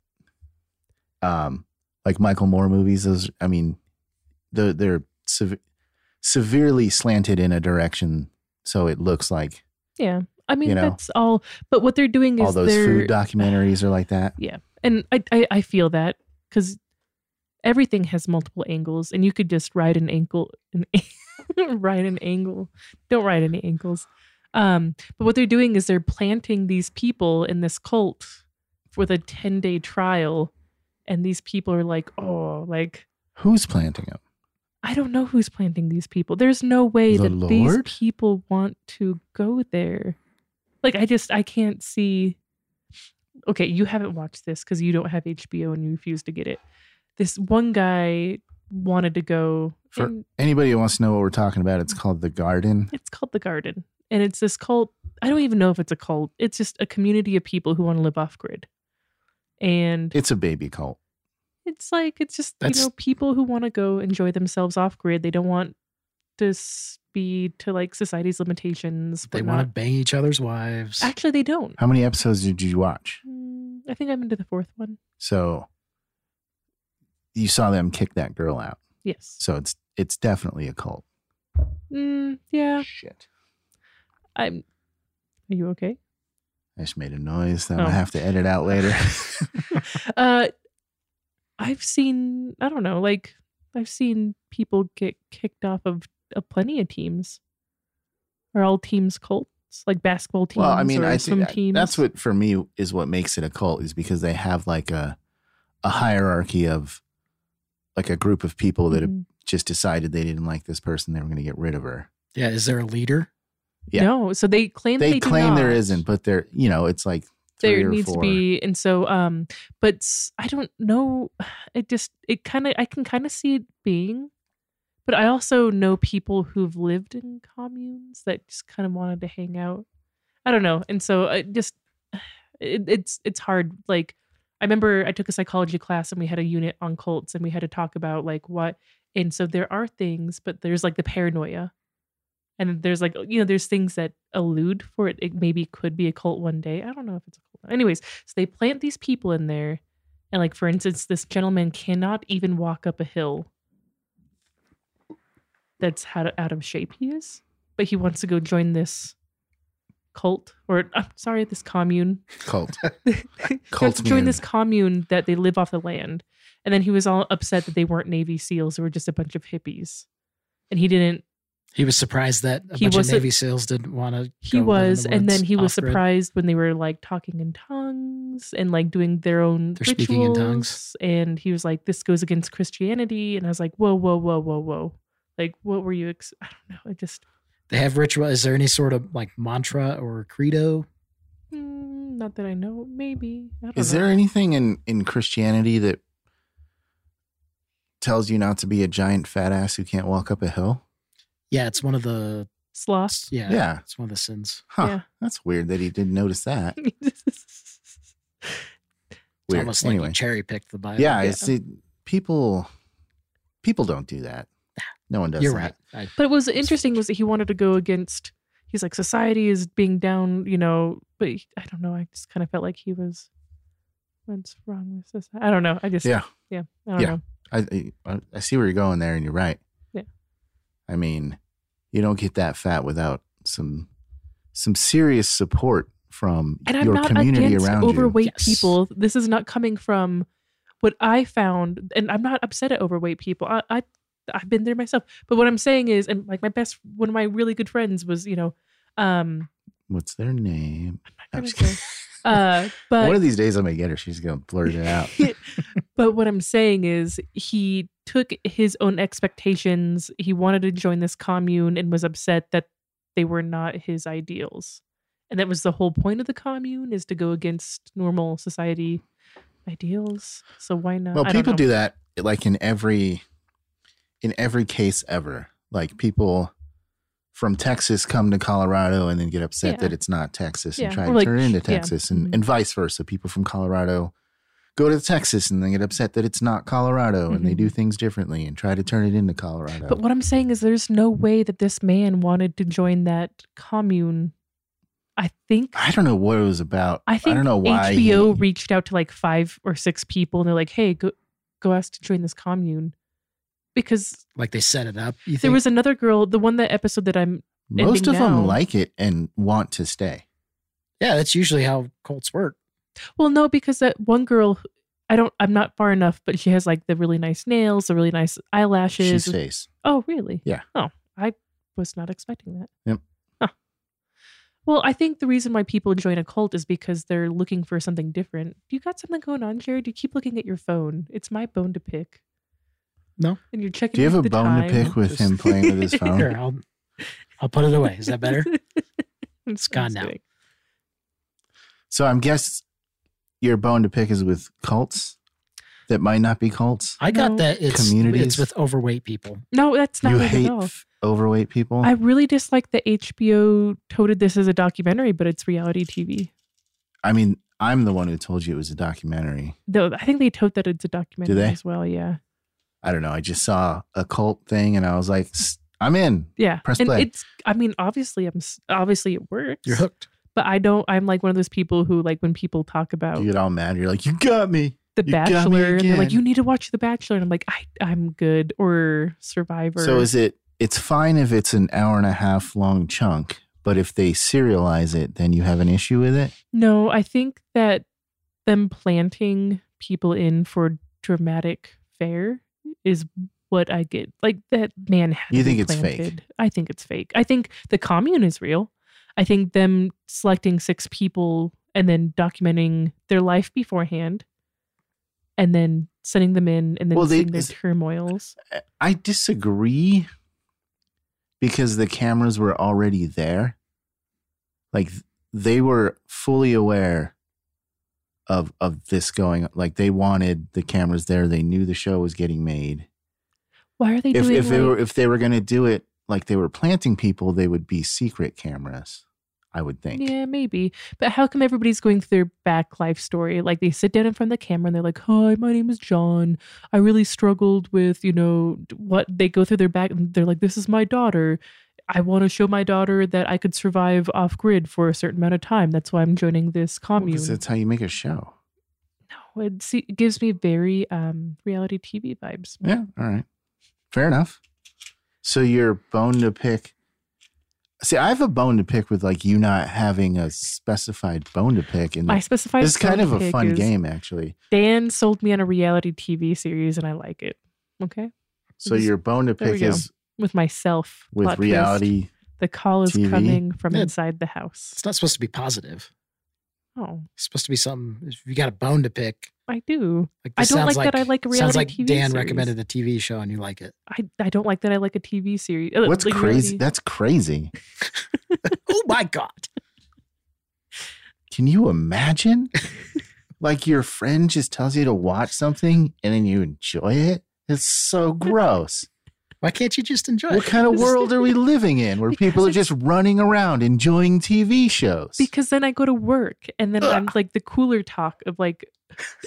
[SPEAKER 2] Um like Michael Moore movies those I mean they're, they're sev- severely slanted in a direction so it looks like
[SPEAKER 3] yeah, I mean
[SPEAKER 2] you know,
[SPEAKER 3] that's all. But what they're doing is
[SPEAKER 2] all those
[SPEAKER 3] they're
[SPEAKER 2] food documentaries are like that.
[SPEAKER 3] and I I, I feel that because everything has multiple angles, and you could just ride an ankle an ride an angle. Don't ride any ankles. Um, but what they're doing is they're planting these people in this cult with a ten day trial, and these people are like, oh, like
[SPEAKER 2] Who's planting them?
[SPEAKER 3] I don't know who's planting these people. There's no way
[SPEAKER 2] The
[SPEAKER 3] that these
[SPEAKER 2] Lord?
[SPEAKER 3] people want to go there. Like I just I can't see. Okay, you haven't watched this because you don't have HBO and you refuse to get it. This one guy wanted to go.
[SPEAKER 2] For-
[SPEAKER 3] and
[SPEAKER 2] Anybody who wants to know what we're talking about, it's called The Garden.
[SPEAKER 3] it's called the Garden, and it's this cult. I don't even know if it's a cult. It's just a community of people who want to live off grid, and
[SPEAKER 2] It's a baby cult.
[SPEAKER 3] It's like it's just you
[SPEAKER 1] That's-
[SPEAKER 3] know people who want to go enjoy themselves off grid. They don't want to s- be to like society's limitations.
[SPEAKER 1] They
[SPEAKER 3] whatnot.
[SPEAKER 1] want to bang each other's wives.
[SPEAKER 3] Actually, they don't.
[SPEAKER 2] How many episodes did you watch?
[SPEAKER 3] Mm, I think I'm into the fourth one.
[SPEAKER 2] So you saw them kick that girl out.
[SPEAKER 3] Yes.
[SPEAKER 2] So it's it's definitely a cult.
[SPEAKER 3] Mm, yeah.
[SPEAKER 2] Shit.
[SPEAKER 3] I'm. Are you okay?
[SPEAKER 2] I just made a noise that
[SPEAKER 3] Oh.
[SPEAKER 2] I'll have to edit out later.
[SPEAKER 3] uh, I've seen. I don't know. Like I've seen people get kicked off of, of plenty of teams. Are all teams cults? Like basketball teams
[SPEAKER 2] well, I mean,
[SPEAKER 3] or
[SPEAKER 2] I
[SPEAKER 3] swim
[SPEAKER 2] think
[SPEAKER 3] teams?
[SPEAKER 2] that's what for me is what makes it a cult is because they have like a a hierarchy of like a group of people that have
[SPEAKER 3] Mhm.
[SPEAKER 2] just decided they didn't like this person, they were going to get rid of her.
[SPEAKER 1] yeah, is there a leader?
[SPEAKER 2] yeah.
[SPEAKER 3] No, so they claim
[SPEAKER 2] They,
[SPEAKER 3] they do
[SPEAKER 2] claim there
[SPEAKER 3] not.
[SPEAKER 2] isn't, but there, you know, it's like three
[SPEAKER 3] there
[SPEAKER 2] or
[SPEAKER 3] needs
[SPEAKER 2] four.
[SPEAKER 3] to be and so um but s- i don't know it just it kind of i can kind of see it being but i also know people who've lived in communes that just kind of wanted to hang out i don't know and so i just it, it's it's hard like i remember i took a psychology class and we had a unit on cults and we had to talk about like what and so there are things but there's like the paranoia and there's like you know there's things that allude for it. It maybe could be a cult one day. I don't know if it's a cult. Anyways, so they plant these people in there, and like for instance, this gentleman cannot even walk up a hill. That's how out of shape he is, but he wants to go join this cult or I'm sorry, this commune.
[SPEAKER 2] cult.
[SPEAKER 3] Cult
[SPEAKER 2] Cult
[SPEAKER 3] join
[SPEAKER 2] man.
[SPEAKER 3] this commune that they live off the land, and then he was all upset that they weren't Navy SEALs; they were just a bunch of hippies, and he didn't
[SPEAKER 1] He was surprised that a
[SPEAKER 3] He
[SPEAKER 1] bunch of
[SPEAKER 3] wasn't-
[SPEAKER 1] Navy SEAls didn't want to.
[SPEAKER 3] he was and then he was surprised when they were like talking in tongues and like doing their own
[SPEAKER 1] They're speaking in tongues.
[SPEAKER 3] rituals. and he was like this goes against christianity and i was like whoa whoa whoa whoa whoa like what were you ex- i don't know it just
[SPEAKER 1] They have ritual. Is there any sort of like mantra or credo?
[SPEAKER 3] mm, not that i know maybe I don't
[SPEAKER 2] Is
[SPEAKER 3] know.
[SPEAKER 2] there anything in in Christianity that tells you not to be a giant fat ass who can't walk up a hill?
[SPEAKER 1] Yeah, it's one of the
[SPEAKER 3] Sloth.
[SPEAKER 1] yeah,
[SPEAKER 2] Yeah.
[SPEAKER 1] it's one of the sins.
[SPEAKER 2] Huh.
[SPEAKER 3] Yeah.
[SPEAKER 2] That's weird that he didn't notice that.
[SPEAKER 1] It's
[SPEAKER 2] Weird.
[SPEAKER 1] almost like
[SPEAKER 2] anyway.
[SPEAKER 1] you cherry picked the Bible.
[SPEAKER 2] yeah,
[SPEAKER 3] yeah.
[SPEAKER 2] I see. People, people don't do that. No one does.
[SPEAKER 1] you're
[SPEAKER 2] that.
[SPEAKER 1] right. I,
[SPEAKER 3] But what was interesting was that he wanted to go against. He's like society is being down, you know. But he- I don't know. I just kind of felt like he was. What's wrong with society? I don't know. I just
[SPEAKER 2] Yeah.
[SPEAKER 3] yeah. I don't
[SPEAKER 2] Yeah.
[SPEAKER 3] know.
[SPEAKER 2] I, I I see where you're going there, and you're right.
[SPEAKER 3] Yeah.
[SPEAKER 2] I mean, you don't get that fat without some some serious support from
[SPEAKER 3] And I'm
[SPEAKER 2] your
[SPEAKER 3] not
[SPEAKER 2] community
[SPEAKER 3] against
[SPEAKER 2] around you.
[SPEAKER 3] overweight
[SPEAKER 1] Yes.
[SPEAKER 3] people. This is not coming from what I found, and I'm not upset at overweight people. I, I I've been there myself. But what I'm saying is, and like my best, one of my really good friends was, you know, um,
[SPEAKER 2] What's their name?
[SPEAKER 3] I'm
[SPEAKER 2] I'm just
[SPEAKER 3] gonna
[SPEAKER 2] kidding.
[SPEAKER 3] go, uh, but
[SPEAKER 2] One of these days, I'm gonna get her. She's gonna blurt it out.
[SPEAKER 3] but what I'm saying is, he took his own expectations. He wanted to join this commune and was upset that they were not his ideals. And that was the whole point of the commune is to go against normal society ideals. So why not?
[SPEAKER 2] well
[SPEAKER 3] I don't
[SPEAKER 2] people
[SPEAKER 3] know.
[SPEAKER 2] do that like in every in every case ever like people from texas come to colorado and then get upset
[SPEAKER 3] Yeah.
[SPEAKER 2] that it's not texas
[SPEAKER 3] Yeah.
[SPEAKER 2] and try
[SPEAKER 3] Or
[SPEAKER 2] to
[SPEAKER 3] like,
[SPEAKER 2] turn it into
[SPEAKER 3] yeah.
[SPEAKER 2] texas and,
[SPEAKER 3] Mhm.
[SPEAKER 2] and vice versa people from colorado go to texas and then get upset that it's not colorado and they
[SPEAKER 3] Mhm.
[SPEAKER 2] do things differently and try to turn it into colorado
[SPEAKER 3] But what I'm saying is, there's no way that this man wanted to join that commune. I think
[SPEAKER 2] i don't know what it was about
[SPEAKER 3] I think
[SPEAKER 2] don't know why
[SPEAKER 3] HBO
[SPEAKER 2] he-
[SPEAKER 3] reached out to like five or six people, and they're like, "Hey, go go ask to join this commune," because
[SPEAKER 1] like they set it up. You think
[SPEAKER 3] there was another girl, the one that episode that I'm
[SPEAKER 2] most of
[SPEAKER 3] ending now.
[SPEAKER 2] them like it and want to stay
[SPEAKER 1] yeah, that's usually how cults work.
[SPEAKER 3] Well, no, because that one girl, who- I don't, I'm not far enough, but she has like the really nice nails, the really nice
[SPEAKER 2] she
[SPEAKER 3] eyelashes.
[SPEAKER 2] stays
[SPEAKER 3] oh, really?
[SPEAKER 2] Yeah.
[SPEAKER 3] Oh, I was not expecting that.
[SPEAKER 2] Yep.
[SPEAKER 3] Huh. Well, I think the reason why people join a cult is because they're looking for something different. You got something going on, Jared? You keep looking at your phone. It's my bone to pick.
[SPEAKER 1] No.
[SPEAKER 3] And you're checking.
[SPEAKER 2] do you have a
[SPEAKER 3] the
[SPEAKER 2] bone
[SPEAKER 3] time.
[SPEAKER 2] to pick with him playing with his phone
[SPEAKER 1] Here, I'll I'll put it away. Is that better?
[SPEAKER 3] it's
[SPEAKER 1] gone now.
[SPEAKER 2] So I'm guess your bone to pick is with cults that might not be cults.
[SPEAKER 1] I got
[SPEAKER 3] No.
[SPEAKER 1] that it's it's
[SPEAKER 2] Communities.
[SPEAKER 1] with overweight people.
[SPEAKER 3] No, that's not
[SPEAKER 2] You
[SPEAKER 3] it
[SPEAKER 2] hate
[SPEAKER 3] at all.
[SPEAKER 2] f- overweight people.
[SPEAKER 3] I really dislike that HBO touted this as a documentary, but it's reality TV.
[SPEAKER 2] I mean, I'm the one who told you it was a documentary.
[SPEAKER 3] Though I think they tote that it's a documentary
[SPEAKER 2] they?
[SPEAKER 3] as well. Yeah,
[SPEAKER 2] I don't know. I just saw a cult thing and I was like, "S- I'm in.
[SPEAKER 3] yeah.
[SPEAKER 2] Press
[SPEAKER 3] and
[SPEAKER 2] play.
[SPEAKER 3] it's. I mean, obviously, I'm s- obviously it works.
[SPEAKER 1] You're hooked.
[SPEAKER 3] But I don't. I'm like one of those people who like when people talk about
[SPEAKER 2] You get all mad. You're like, you got me.
[SPEAKER 3] The
[SPEAKER 2] "You got me
[SPEAKER 3] Bachelor, and they're like,
[SPEAKER 2] again."
[SPEAKER 3] you need to watch The Bachelor, and I'm like, I, I'm good. Or Survivor.
[SPEAKER 2] So is it? It's fine if it's an hour and a half long chunk, but if they serialize it, then you have an issue with it.
[SPEAKER 3] No, I think that them planting people in for dramatic fare is what I get. Like that man had to
[SPEAKER 2] You
[SPEAKER 3] be
[SPEAKER 2] think it's fake?
[SPEAKER 3] planted. I think it's fake. I think the commune is real. I think them selecting six people and then documenting their life beforehand and then sending them in and then
[SPEAKER 2] Well, they-
[SPEAKER 3] seeing their
[SPEAKER 2] is-
[SPEAKER 3] turmoils.
[SPEAKER 2] I disagree because the cameras were already there. Like th- they were fully aware of of this going like they wanted the cameras there. They knew the show was getting made.
[SPEAKER 3] Why are they
[SPEAKER 2] If
[SPEAKER 3] doing
[SPEAKER 2] if they
[SPEAKER 3] like-
[SPEAKER 2] were if they were going to do it like they were planting people, they would be secret cameras, I would think.
[SPEAKER 3] Yeah, maybe. But how come everybody's going through their back life story? Like they sit down in front of the camera and they're like, "Hi, my name is John. I really struggled with, you know, d- what they go through their back and they're like, this is my daughter. I want to show my daughter that I could survive off grid for a certain amount of time. That's why I'm joining this commune."
[SPEAKER 2] Because that's how you make a show.
[SPEAKER 3] no, it, see, it gives me very um, reality TV vibes.
[SPEAKER 2] Yeah. All right. Fair enough. So your bone to pick. See, I have a bone to pick with like you not having a specified bone to pick, and
[SPEAKER 3] I specified
[SPEAKER 2] this is kind of a
[SPEAKER 3] sidekick
[SPEAKER 2] fun
[SPEAKER 3] is
[SPEAKER 2] game actually.
[SPEAKER 3] Dan sold me on a reality TV series and I like it. Okay?
[SPEAKER 2] So
[SPEAKER 3] This-
[SPEAKER 2] your bone to
[SPEAKER 3] there we
[SPEAKER 2] pick
[SPEAKER 3] go.
[SPEAKER 2] is
[SPEAKER 3] With myself.
[SPEAKER 2] with
[SPEAKER 3] plot twist.
[SPEAKER 2] reality.
[SPEAKER 3] The call is
[SPEAKER 2] TV.
[SPEAKER 3] coming from
[SPEAKER 1] Yeah.
[SPEAKER 3] inside the house.
[SPEAKER 1] It's not supposed to be positive.
[SPEAKER 3] Oh,
[SPEAKER 1] It's supposed to be something. If you got a bone to pick,
[SPEAKER 3] I do.
[SPEAKER 1] like
[SPEAKER 3] I
[SPEAKER 1] this
[SPEAKER 3] don't
[SPEAKER 1] sounds
[SPEAKER 3] like that I like reality
[SPEAKER 1] sounds like
[SPEAKER 3] TV
[SPEAKER 1] Dan
[SPEAKER 3] series.
[SPEAKER 1] recommended a TV show and you like it.
[SPEAKER 3] I, I don't like that I like a TV series. uh,
[SPEAKER 2] What's
[SPEAKER 3] like
[SPEAKER 2] crazy?
[SPEAKER 3] reality-
[SPEAKER 2] That's crazy.
[SPEAKER 1] Oh my god!
[SPEAKER 2] Can you imagine? like your friend just tells you to watch something, and then you enjoy it. It's so gross.
[SPEAKER 1] Why can't you just enjoy
[SPEAKER 2] What
[SPEAKER 1] it?
[SPEAKER 2] kind of world are we living in where people are
[SPEAKER 3] Because
[SPEAKER 2] just running around enjoying TV shows?
[SPEAKER 3] Because then I go to work and then I'm like the cooler talk of like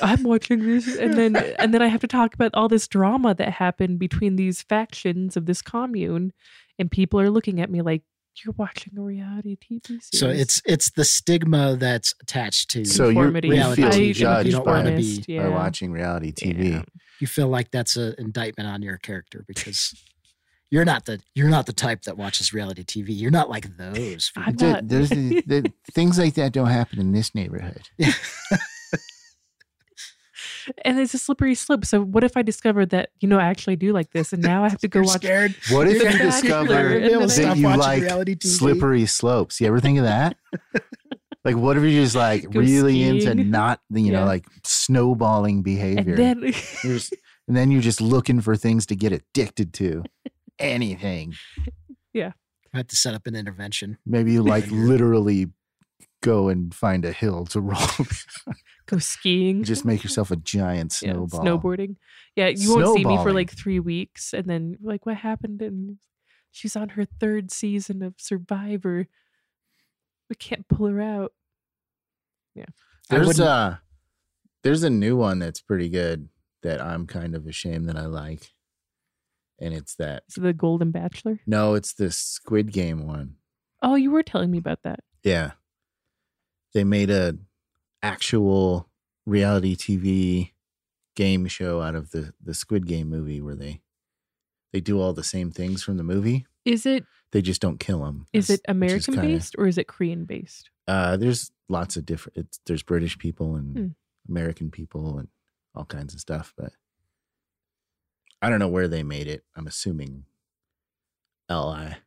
[SPEAKER 3] I'm watching this and then and then I have to talk about all this drama that happened between these factions of this commune and people are looking at me like you're watching a reality TV series.
[SPEAKER 1] So it's it's the stigma that's attached to
[SPEAKER 2] so you
[SPEAKER 3] Conformity.
[SPEAKER 2] we
[SPEAKER 1] Yeah, like,
[SPEAKER 2] feel
[SPEAKER 1] I- you
[SPEAKER 2] judged
[SPEAKER 1] don't
[SPEAKER 2] by,
[SPEAKER 1] wanna
[SPEAKER 2] by
[SPEAKER 1] be-
[SPEAKER 3] honest, yeah.
[SPEAKER 2] watching reality TV.
[SPEAKER 3] Yeah.
[SPEAKER 1] you feel like that's an indictment on your character because you're not the you're not the type that watches reality TV. You're not like those.
[SPEAKER 3] I'm
[SPEAKER 1] people.
[SPEAKER 2] Th-
[SPEAKER 3] not-
[SPEAKER 2] there's the- the- things like that don't happen in this neighborhood.
[SPEAKER 3] and it's a slippery slope. So what if I discover that you know I actually do like this and now I have to go
[SPEAKER 1] You're
[SPEAKER 3] watch
[SPEAKER 1] scared.
[SPEAKER 2] What if
[SPEAKER 1] You're
[SPEAKER 2] you
[SPEAKER 1] gonna-
[SPEAKER 3] you're
[SPEAKER 2] discover
[SPEAKER 3] gonna be able to
[SPEAKER 2] that
[SPEAKER 1] stop
[SPEAKER 2] you
[SPEAKER 1] watching
[SPEAKER 2] like
[SPEAKER 1] reality TV.
[SPEAKER 2] slippery slopes? You ever think of that? like, what if you're just like
[SPEAKER 3] Go
[SPEAKER 2] really into
[SPEAKER 3] skiing.
[SPEAKER 2] not, you know,
[SPEAKER 3] Yeah.
[SPEAKER 2] like snowballing behavior?
[SPEAKER 3] and then
[SPEAKER 2] You're just- and then you're just looking for things to get addicted to. Anything.
[SPEAKER 1] I have to set up an intervention.
[SPEAKER 2] Maybe you like
[SPEAKER 1] You're-
[SPEAKER 2] literally go and find a hill to roll.
[SPEAKER 3] go skiing.
[SPEAKER 2] just make yourself a giant
[SPEAKER 3] Yeah,
[SPEAKER 2] snowball.
[SPEAKER 3] snowboarding. Yeah, you won't see me for
[SPEAKER 2] Snowballing.
[SPEAKER 3] like three weeks, and then you're like, what happened? And she's on her third season of Survivor. We can't pull her out.
[SPEAKER 1] I
[SPEAKER 2] There's
[SPEAKER 1] wouldn't-
[SPEAKER 2] a there's a new one that's pretty good that I'm kind of ashamed that I like, and it's that
[SPEAKER 3] Is it the Golden Bachelor?
[SPEAKER 2] no, it's the Squid Game one.
[SPEAKER 3] Oh, you were telling me about that.
[SPEAKER 2] Yeah, they made a actual reality TV game show out of the the Squid Game movie where they they do all the same things from the movie.
[SPEAKER 3] Is it
[SPEAKER 2] They just don't kill them.
[SPEAKER 3] is it American based or is it Korean based?
[SPEAKER 2] Uh, there's lots of different. It's, there's British people and
[SPEAKER 3] Hmm.
[SPEAKER 2] American people and all kinds of stuff, but I don't know where they made it. I'm assuming L.I.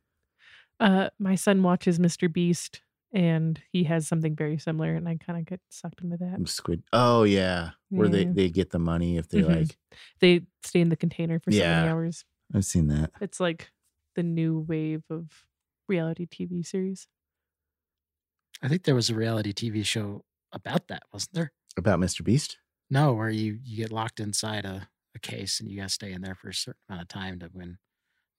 [SPEAKER 3] Uh, my son watches Mr. Beast, and he has something very similar, and I kind of get sucked into that.
[SPEAKER 2] I'm Squid. Oh yeah, where they
[SPEAKER 3] Yeah.
[SPEAKER 2] they get the money if they
[SPEAKER 3] Mhm.
[SPEAKER 2] like.
[SPEAKER 3] They stay in the container for so many
[SPEAKER 2] Yeah.
[SPEAKER 3] hours.
[SPEAKER 2] I've seen that.
[SPEAKER 3] It's like the new wave of reality TV series.
[SPEAKER 1] I think there was a reality TV show about that, wasn't there?
[SPEAKER 2] About Mr. Beast?
[SPEAKER 1] No, where you you get locked inside a, a case and you got to stay in there for a certain amount of time to win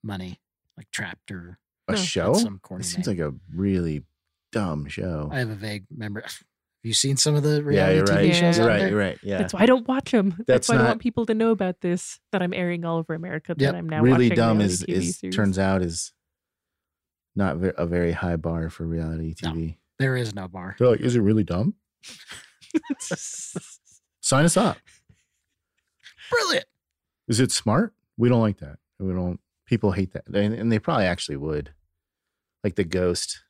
[SPEAKER 1] money, like trapped or
[SPEAKER 2] A
[SPEAKER 3] No, that's
[SPEAKER 2] show?
[SPEAKER 1] some corny
[SPEAKER 2] It seems
[SPEAKER 1] name.
[SPEAKER 2] like a really dumb show.
[SPEAKER 1] I have a vague memory. Have you seen some of the
[SPEAKER 2] Oh. yeah,
[SPEAKER 1] reality
[SPEAKER 2] you're right.
[SPEAKER 1] TV shows?
[SPEAKER 2] You're
[SPEAKER 1] out
[SPEAKER 2] right.
[SPEAKER 1] there?
[SPEAKER 2] You're right. Yeah.
[SPEAKER 3] That's why I don't watch them. That's,
[SPEAKER 2] That's
[SPEAKER 3] why I
[SPEAKER 2] not-
[SPEAKER 3] don't want people to know about this that I'm airing all over America.
[SPEAKER 1] Yep,
[SPEAKER 3] That I'm now
[SPEAKER 2] really
[SPEAKER 3] watching
[SPEAKER 2] dumb
[SPEAKER 3] reality
[SPEAKER 2] is,
[SPEAKER 3] TV
[SPEAKER 2] is
[SPEAKER 3] series.
[SPEAKER 2] turns out is not ve- a very high bar for reality
[SPEAKER 1] No.
[SPEAKER 2] TV.
[SPEAKER 1] There is no bar.
[SPEAKER 2] They're like, is it really dumb? Sign us up.
[SPEAKER 1] Brilliant.
[SPEAKER 2] Is it smart? We don't like that. We don't. People hate that, and, and they probably actually would, like the ghost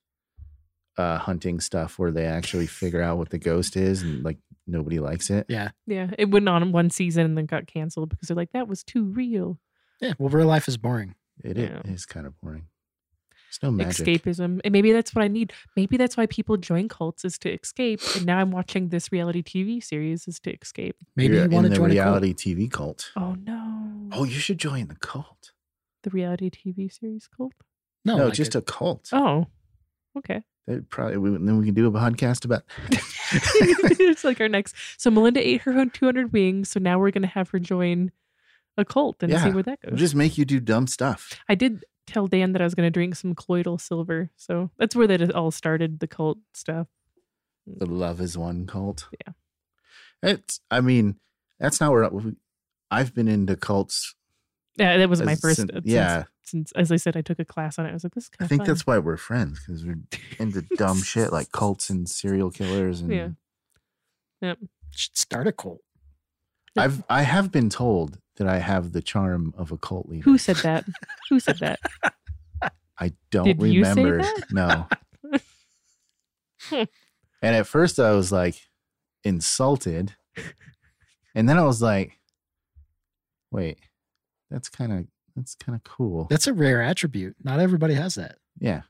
[SPEAKER 2] uh, hunting stuff, where they actually figure out what the ghost is, and like nobody likes it.
[SPEAKER 1] Yeah.
[SPEAKER 3] yeah, it went on one season and then got canceled because they're like that was too real.
[SPEAKER 1] Yeah. Well, real life is boring.
[SPEAKER 2] It i-
[SPEAKER 3] Yeah.
[SPEAKER 2] is kind of boring. It's no magic.
[SPEAKER 3] Escapism, and maybe that's what I need. Maybe that's why people join cults is to escape. And now I'm watching this reality TV series is to escape.
[SPEAKER 1] Maybe
[SPEAKER 2] You're
[SPEAKER 1] you want
[SPEAKER 2] in
[SPEAKER 1] to
[SPEAKER 2] the
[SPEAKER 1] join
[SPEAKER 2] reality TV cult.
[SPEAKER 3] Oh no!
[SPEAKER 2] Oh, you should join the cult.
[SPEAKER 3] the reality TV series cult.
[SPEAKER 1] a cult.
[SPEAKER 2] no,
[SPEAKER 1] like
[SPEAKER 2] just a, cult.
[SPEAKER 3] Oh, okay.
[SPEAKER 2] That'd Probably, we, then we can do a podcast about.
[SPEAKER 3] it's like our next. So Melinda ate her own 200 wings. So now we're gonna have her join a cult and see
[SPEAKER 2] Yeah,
[SPEAKER 3] where that goes.
[SPEAKER 2] We'll just make you do dumb stuff.
[SPEAKER 3] I did tell Dan that I was going to drink some colloidal silver. So that's where that all started the cult stuff.
[SPEAKER 2] The Love is One cult.
[SPEAKER 3] Yeah.
[SPEAKER 2] It's, I mean, that's not where I've been into cults.
[SPEAKER 3] Yeah, that was my
[SPEAKER 2] as-
[SPEAKER 3] first.
[SPEAKER 2] since-
[SPEAKER 3] since-
[SPEAKER 2] yeah.
[SPEAKER 3] Since, as I said, I took a class on it. I was like, this is
[SPEAKER 2] I
[SPEAKER 3] kind of
[SPEAKER 2] think that's why we're friends because we're into dumb shit like cults and serial killers. And
[SPEAKER 3] Yeah.
[SPEAKER 1] should start a cult.
[SPEAKER 2] I've, I have been told that I have the charm of a cult leader.
[SPEAKER 3] Who said that? Who said that?
[SPEAKER 2] I don't
[SPEAKER 3] Did you say
[SPEAKER 2] remember.
[SPEAKER 3] that?
[SPEAKER 2] No. and at first I was like insulted. And then I was like, wait, that's kind of that's kind of cool.
[SPEAKER 1] That's a rare attribute. Not everybody has that.
[SPEAKER 2] yeah.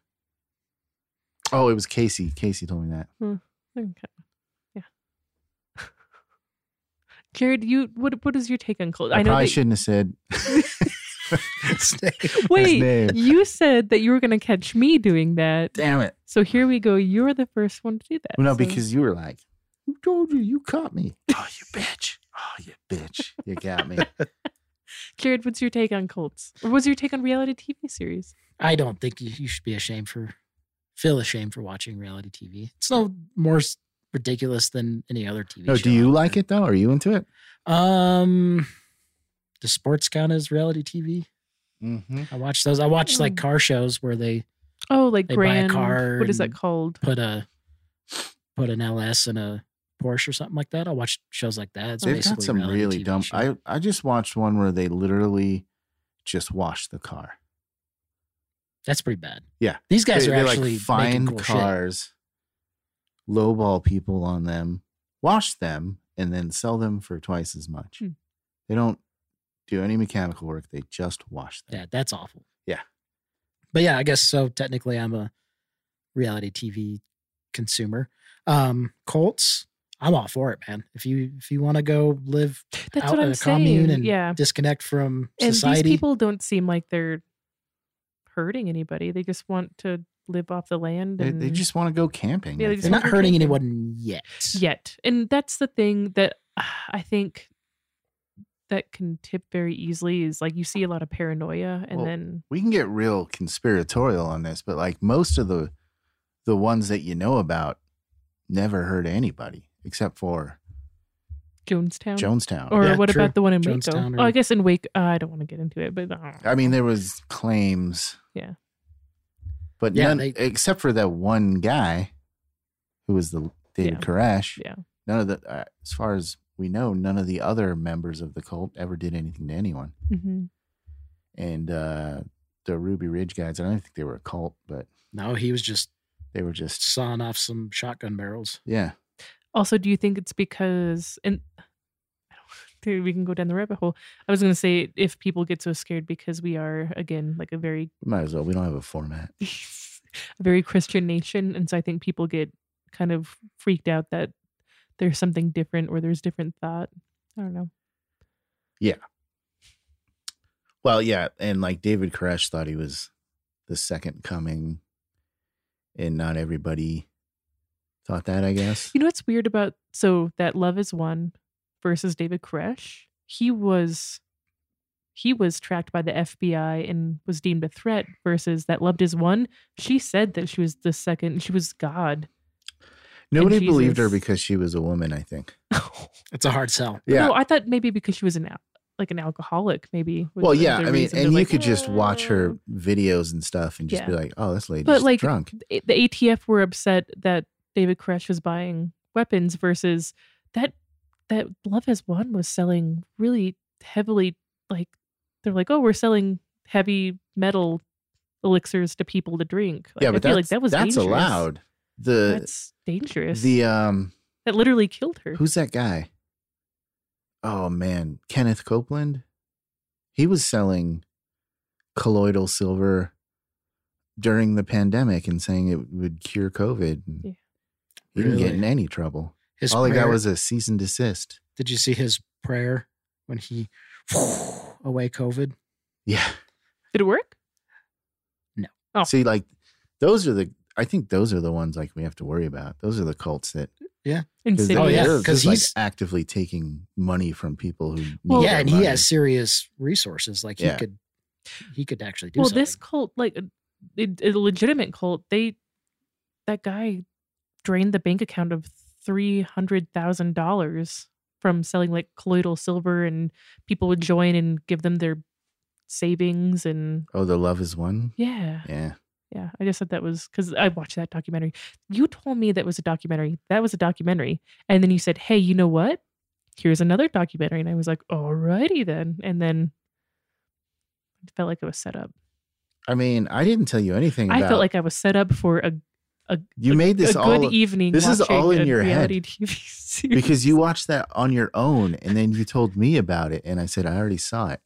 [SPEAKER 2] Oh, it was Casey. Casey told me that.
[SPEAKER 3] Okay. Yeah. Jared, you what? What is your take on cult?
[SPEAKER 2] I, probably
[SPEAKER 3] that-
[SPEAKER 2] shouldn't have said his
[SPEAKER 3] Wait,
[SPEAKER 2] name.
[SPEAKER 3] you said that you were going to catch me doing that.
[SPEAKER 2] Damn it.
[SPEAKER 3] So here we go. You're the first one to do that.
[SPEAKER 2] No,
[SPEAKER 3] so-
[SPEAKER 2] because you were like, who told you? You caught me. Oh, you bitch. Oh, you bitch. You got me.
[SPEAKER 3] Jared, what's your take on cults? Or what's your take on reality TV series?
[SPEAKER 1] I don't think you, you should be ashamed for feel ashamed for watching reality TV. It's no more s- ridiculous than any other TV.
[SPEAKER 2] No,
[SPEAKER 1] show
[SPEAKER 2] do you
[SPEAKER 1] out
[SPEAKER 2] like it though? Are you into it?
[SPEAKER 1] there. Um, does sports count as reality TV?
[SPEAKER 2] Mm-hmm.
[SPEAKER 1] I watch those. I watch like
[SPEAKER 3] Mm.
[SPEAKER 1] car shows where they
[SPEAKER 3] Oh, like
[SPEAKER 1] They buy a
[SPEAKER 3] grand.
[SPEAKER 1] car
[SPEAKER 3] what is that
[SPEAKER 1] and-
[SPEAKER 3] called?
[SPEAKER 1] put a put an LS in a Porsche or something like that. I watch shows like that. It's
[SPEAKER 2] They've
[SPEAKER 1] basically
[SPEAKER 2] got some
[SPEAKER 1] reality
[SPEAKER 2] really
[SPEAKER 1] TV
[SPEAKER 2] dumb.
[SPEAKER 1] show.
[SPEAKER 2] I I just watched one where they literally just wash the car.
[SPEAKER 1] That's pretty bad.
[SPEAKER 2] Yeah.
[SPEAKER 1] these guys
[SPEAKER 2] they,
[SPEAKER 1] are
[SPEAKER 2] they,
[SPEAKER 1] actually
[SPEAKER 2] like
[SPEAKER 1] making
[SPEAKER 2] find
[SPEAKER 1] cool shit.
[SPEAKER 2] cars, lowball people on them, wash them, and then sell them for twice as much.
[SPEAKER 3] Hmm.
[SPEAKER 2] They don't do any mechanical work. They just wash them.
[SPEAKER 1] Yeah, that's awful.
[SPEAKER 2] Yeah.
[SPEAKER 1] But yeah, I guess so. Technically, I'm a reality TV consumer. Um, Colts, I'm all for it, man. If you if you want to go live
[SPEAKER 3] That's
[SPEAKER 1] out
[SPEAKER 3] what
[SPEAKER 1] in
[SPEAKER 3] I'm
[SPEAKER 1] a commune
[SPEAKER 3] saying.
[SPEAKER 1] and
[SPEAKER 3] yeah.
[SPEAKER 1] disconnect from
[SPEAKER 3] And
[SPEAKER 1] society,
[SPEAKER 3] these people don't seem like they're hurting anybody. They just want to live off the land.
[SPEAKER 2] They,
[SPEAKER 3] And
[SPEAKER 1] Mm-hmm.
[SPEAKER 2] they just want to go camping.
[SPEAKER 3] Yeah,
[SPEAKER 2] I
[SPEAKER 1] they're
[SPEAKER 3] they just
[SPEAKER 2] think.
[SPEAKER 1] not
[SPEAKER 3] want to
[SPEAKER 1] hurting
[SPEAKER 3] take them.
[SPEAKER 1] anyone yet.
[SPEAKER 3] yet. And that's the thing that ah, I think that can tip very easily is like you see a lot of paranoia and
[SPEAKER 2] Well,
[SPEAKER 3] then
[SPEAKER 2] we can get real conspiratorial on this, but like most of the the ones that you know about never hurt anybody except for
[SPEAKER 3] Jonestown.
[SPEAKER 2] Jonestown.
[SPEAKER 3] Or
[SPEAKER 1] Yeah,
[SPEAKER 3] what
[SPEAKER 1] true.
[SPEAKER 3] about the one in Waco?
[SPEAKER 1] Jonestown
[SPEAKER 3] Oh,
[SPEAKER 1] or-
[SPEAKER 3] I guess in Waco. Uh, I don't want to get into it, but uh,
[SPEAKER 2] I mean, there was claims.
[SPEAKER 3] Yeah.
[SPEAKER 2] But
[SPEAKER 1] Yeah,
[SPEAKER 2] none
[SPEAKER 1] they-
[SPEAKER 2] except for that one guy who was the David
[SPEAKER 3] Yeah.
[SPEAKER 2] Koresh.
[SPEAKER 3] Yeah.
[SPEAKER 2] None of the uh, as far as we know, none of the other members of the cult ever did anything to anyone.
[SPEAKER 3] Mhm.
[SPEAKER 2] And uh the Ruby Ridge guys, I don't think they were a cult, but
[SPEAKER 1] No, he was just
[SPEAKER 2] they were just
[SPEAKER 1] sawing off some shotgun barrels.
[SPEAKER 2] yeah.
[SPEAKER 3] also, do you think it's because and I don't dude, we can go down the rabbit hole. I was going to say if people get so scared because we are again like a very
[SPEAKER 2] We might as well. We don't have a format.
[SPEAKER 3] a very Christian nation, and so I think people get kind of freaked out that there's something different or there's different thought. I don't know.
[SPEAKER 2] Well, yeah, and like David Koresh thought he was the second coming, and not everybody thought that. I guess
[SPEAKER 3] You know what's weird about so that Love Is One versus David Koresh? He was he was tracked by the FBI and was deemed a threat versus that Loved Is One. She said that she was the second. She was God.
[SPEAKER 2] nobody
[SPEAKER 3] Jesus.
[SPEAKER 2] believed her because she was a woman. I think.
[SPEAKER 1] It's a hard sell.
[SPEAKER 2] Yeah.
[SPEAKER 3] No, I thought maybe because she was an al- like an alcoholic. Maybe. was
[SPEAKER 2] well,
[SPEAKER 3] the-
[SPEAKER 2] yeah.
[SPEAKER 3] the
[SPEAKER 2] I mean,
[SPEAKER 3] reason. They're
[SPEAKER 2] and you
[SPEAKER 3] like,
[SPEAKER 2] could just watch
[SPEAKER 3] "Uh,
[SPEAKER 2] her videos and stuff, and just
[SPEAKER 3] Yeah.
[SPEAKER 2] be like, "Oh, this lady's
[SPEAKER 3] like,
[SPEAKER 2] drunk."
[SPEAKER 3] it- the ATF were upset that David Koresh was buying weapons versus that that Love Has One was selling really heavily like they're like, Oh, we're selling heavy metal elixirs to people to drink. Like,
[SPEAKER 2] yeah, but
[SPEAKER 3] I feel
[SPEAKER 2] that's,
[SPEAKER 3] like that was
[SPEAKER 2] that's
[SPEAKER 3] dangerous.
[SPEAKER 2] allowed. The
[SPEAKER 3] That's dangerous.
[SPEAKER 2] the um,
[SPEAKER 3] that literally killed her.
[SPEAKER 2] who's that guy? Oh man, Kenneth Copeland. He was selling colloidal silver during the pandemic and saying it would cure COVID. and
[SPEAKER 3] Yeah.
[SPEAKER 2] He didn't get
[SPEAKER 1] Really?
[SPEAKER 2] in any trouble.
[SPEAKER 1] His
[SPEAKER 2] All he got
[SPEAKER 1] prayer-
[SPEAKER 2] was a cease and desist.
[SPEAKER 1] Did you see his prayer when he away COVID?
[SPEAKER 2] Yeah.
[SPEAKER 3] Did it work? Oh.
[SPEAKER 2] See, like those are the I think those are the ones like we have to worry about. Those are the cults that
[SPEAKER 3] Insidious.
[SPEAKER 1] Oh, yeah.
[SPEAKER 2] they're
[SPEAKER 1] 'cause
[SPEAKER 2] just, like,
[SPEAKER 1] he's-
[SPEAKER 2] actively taking money from people who
[SPEAKER 3] Well-
[SPEAKER 2] need
[SPEAKER 1] yeah,
[SPEAKER 2] their
[SPEAKER 1] and he
[SPEAKER 2] money.
[SPEAKER 1] has serious resources. Like he
[SPEAKER 2] Yeah.
[SPEAKER 1] could, he could actually do
[SPEAKER 3] Well,
[SPEAKER 1] something.
[SPEAKER 3] this cult, like a, a legitimate cult, they that guy drained the bank account of three hundred thousand dollars from selling like colloidal silver, and people would join and give them their savings, and
[SPEAKER 2] Oh, the love is one?
[SPEAKER 3] yeah,
[SPEAKER 2] Yeah.
[SPEAKER 3] yeah. I just thought that was because I watched that documentary. You told me that was a documentary. That was a documentary, and then you said, "Hey, you know what? Here's another documentary," and I was like, "Alrighty then," and then. It felt like it was set up.
[SPEAKER 2] I mean, I didn't tell you anything
[SPEAKER 3] I
[SPEAKER 2] about
[SPEAKER 3] felt like I was set up for a,
[SPEAKER 2] you made this
[SPEAKER 3] a
[SPEAKER 2] all
[SPEAKER 3] good evening.
[SPEAKER 2] this is
[SPEAKER 3] watching
[SPEAKER 2] all in
[SPEAKER 3] a
[SPEAKER 2] your head.
[SPEAKER 3] reality TV series.
[SPEAKER 2] because you watched that on your own and then you told me about it and I said I already saw it.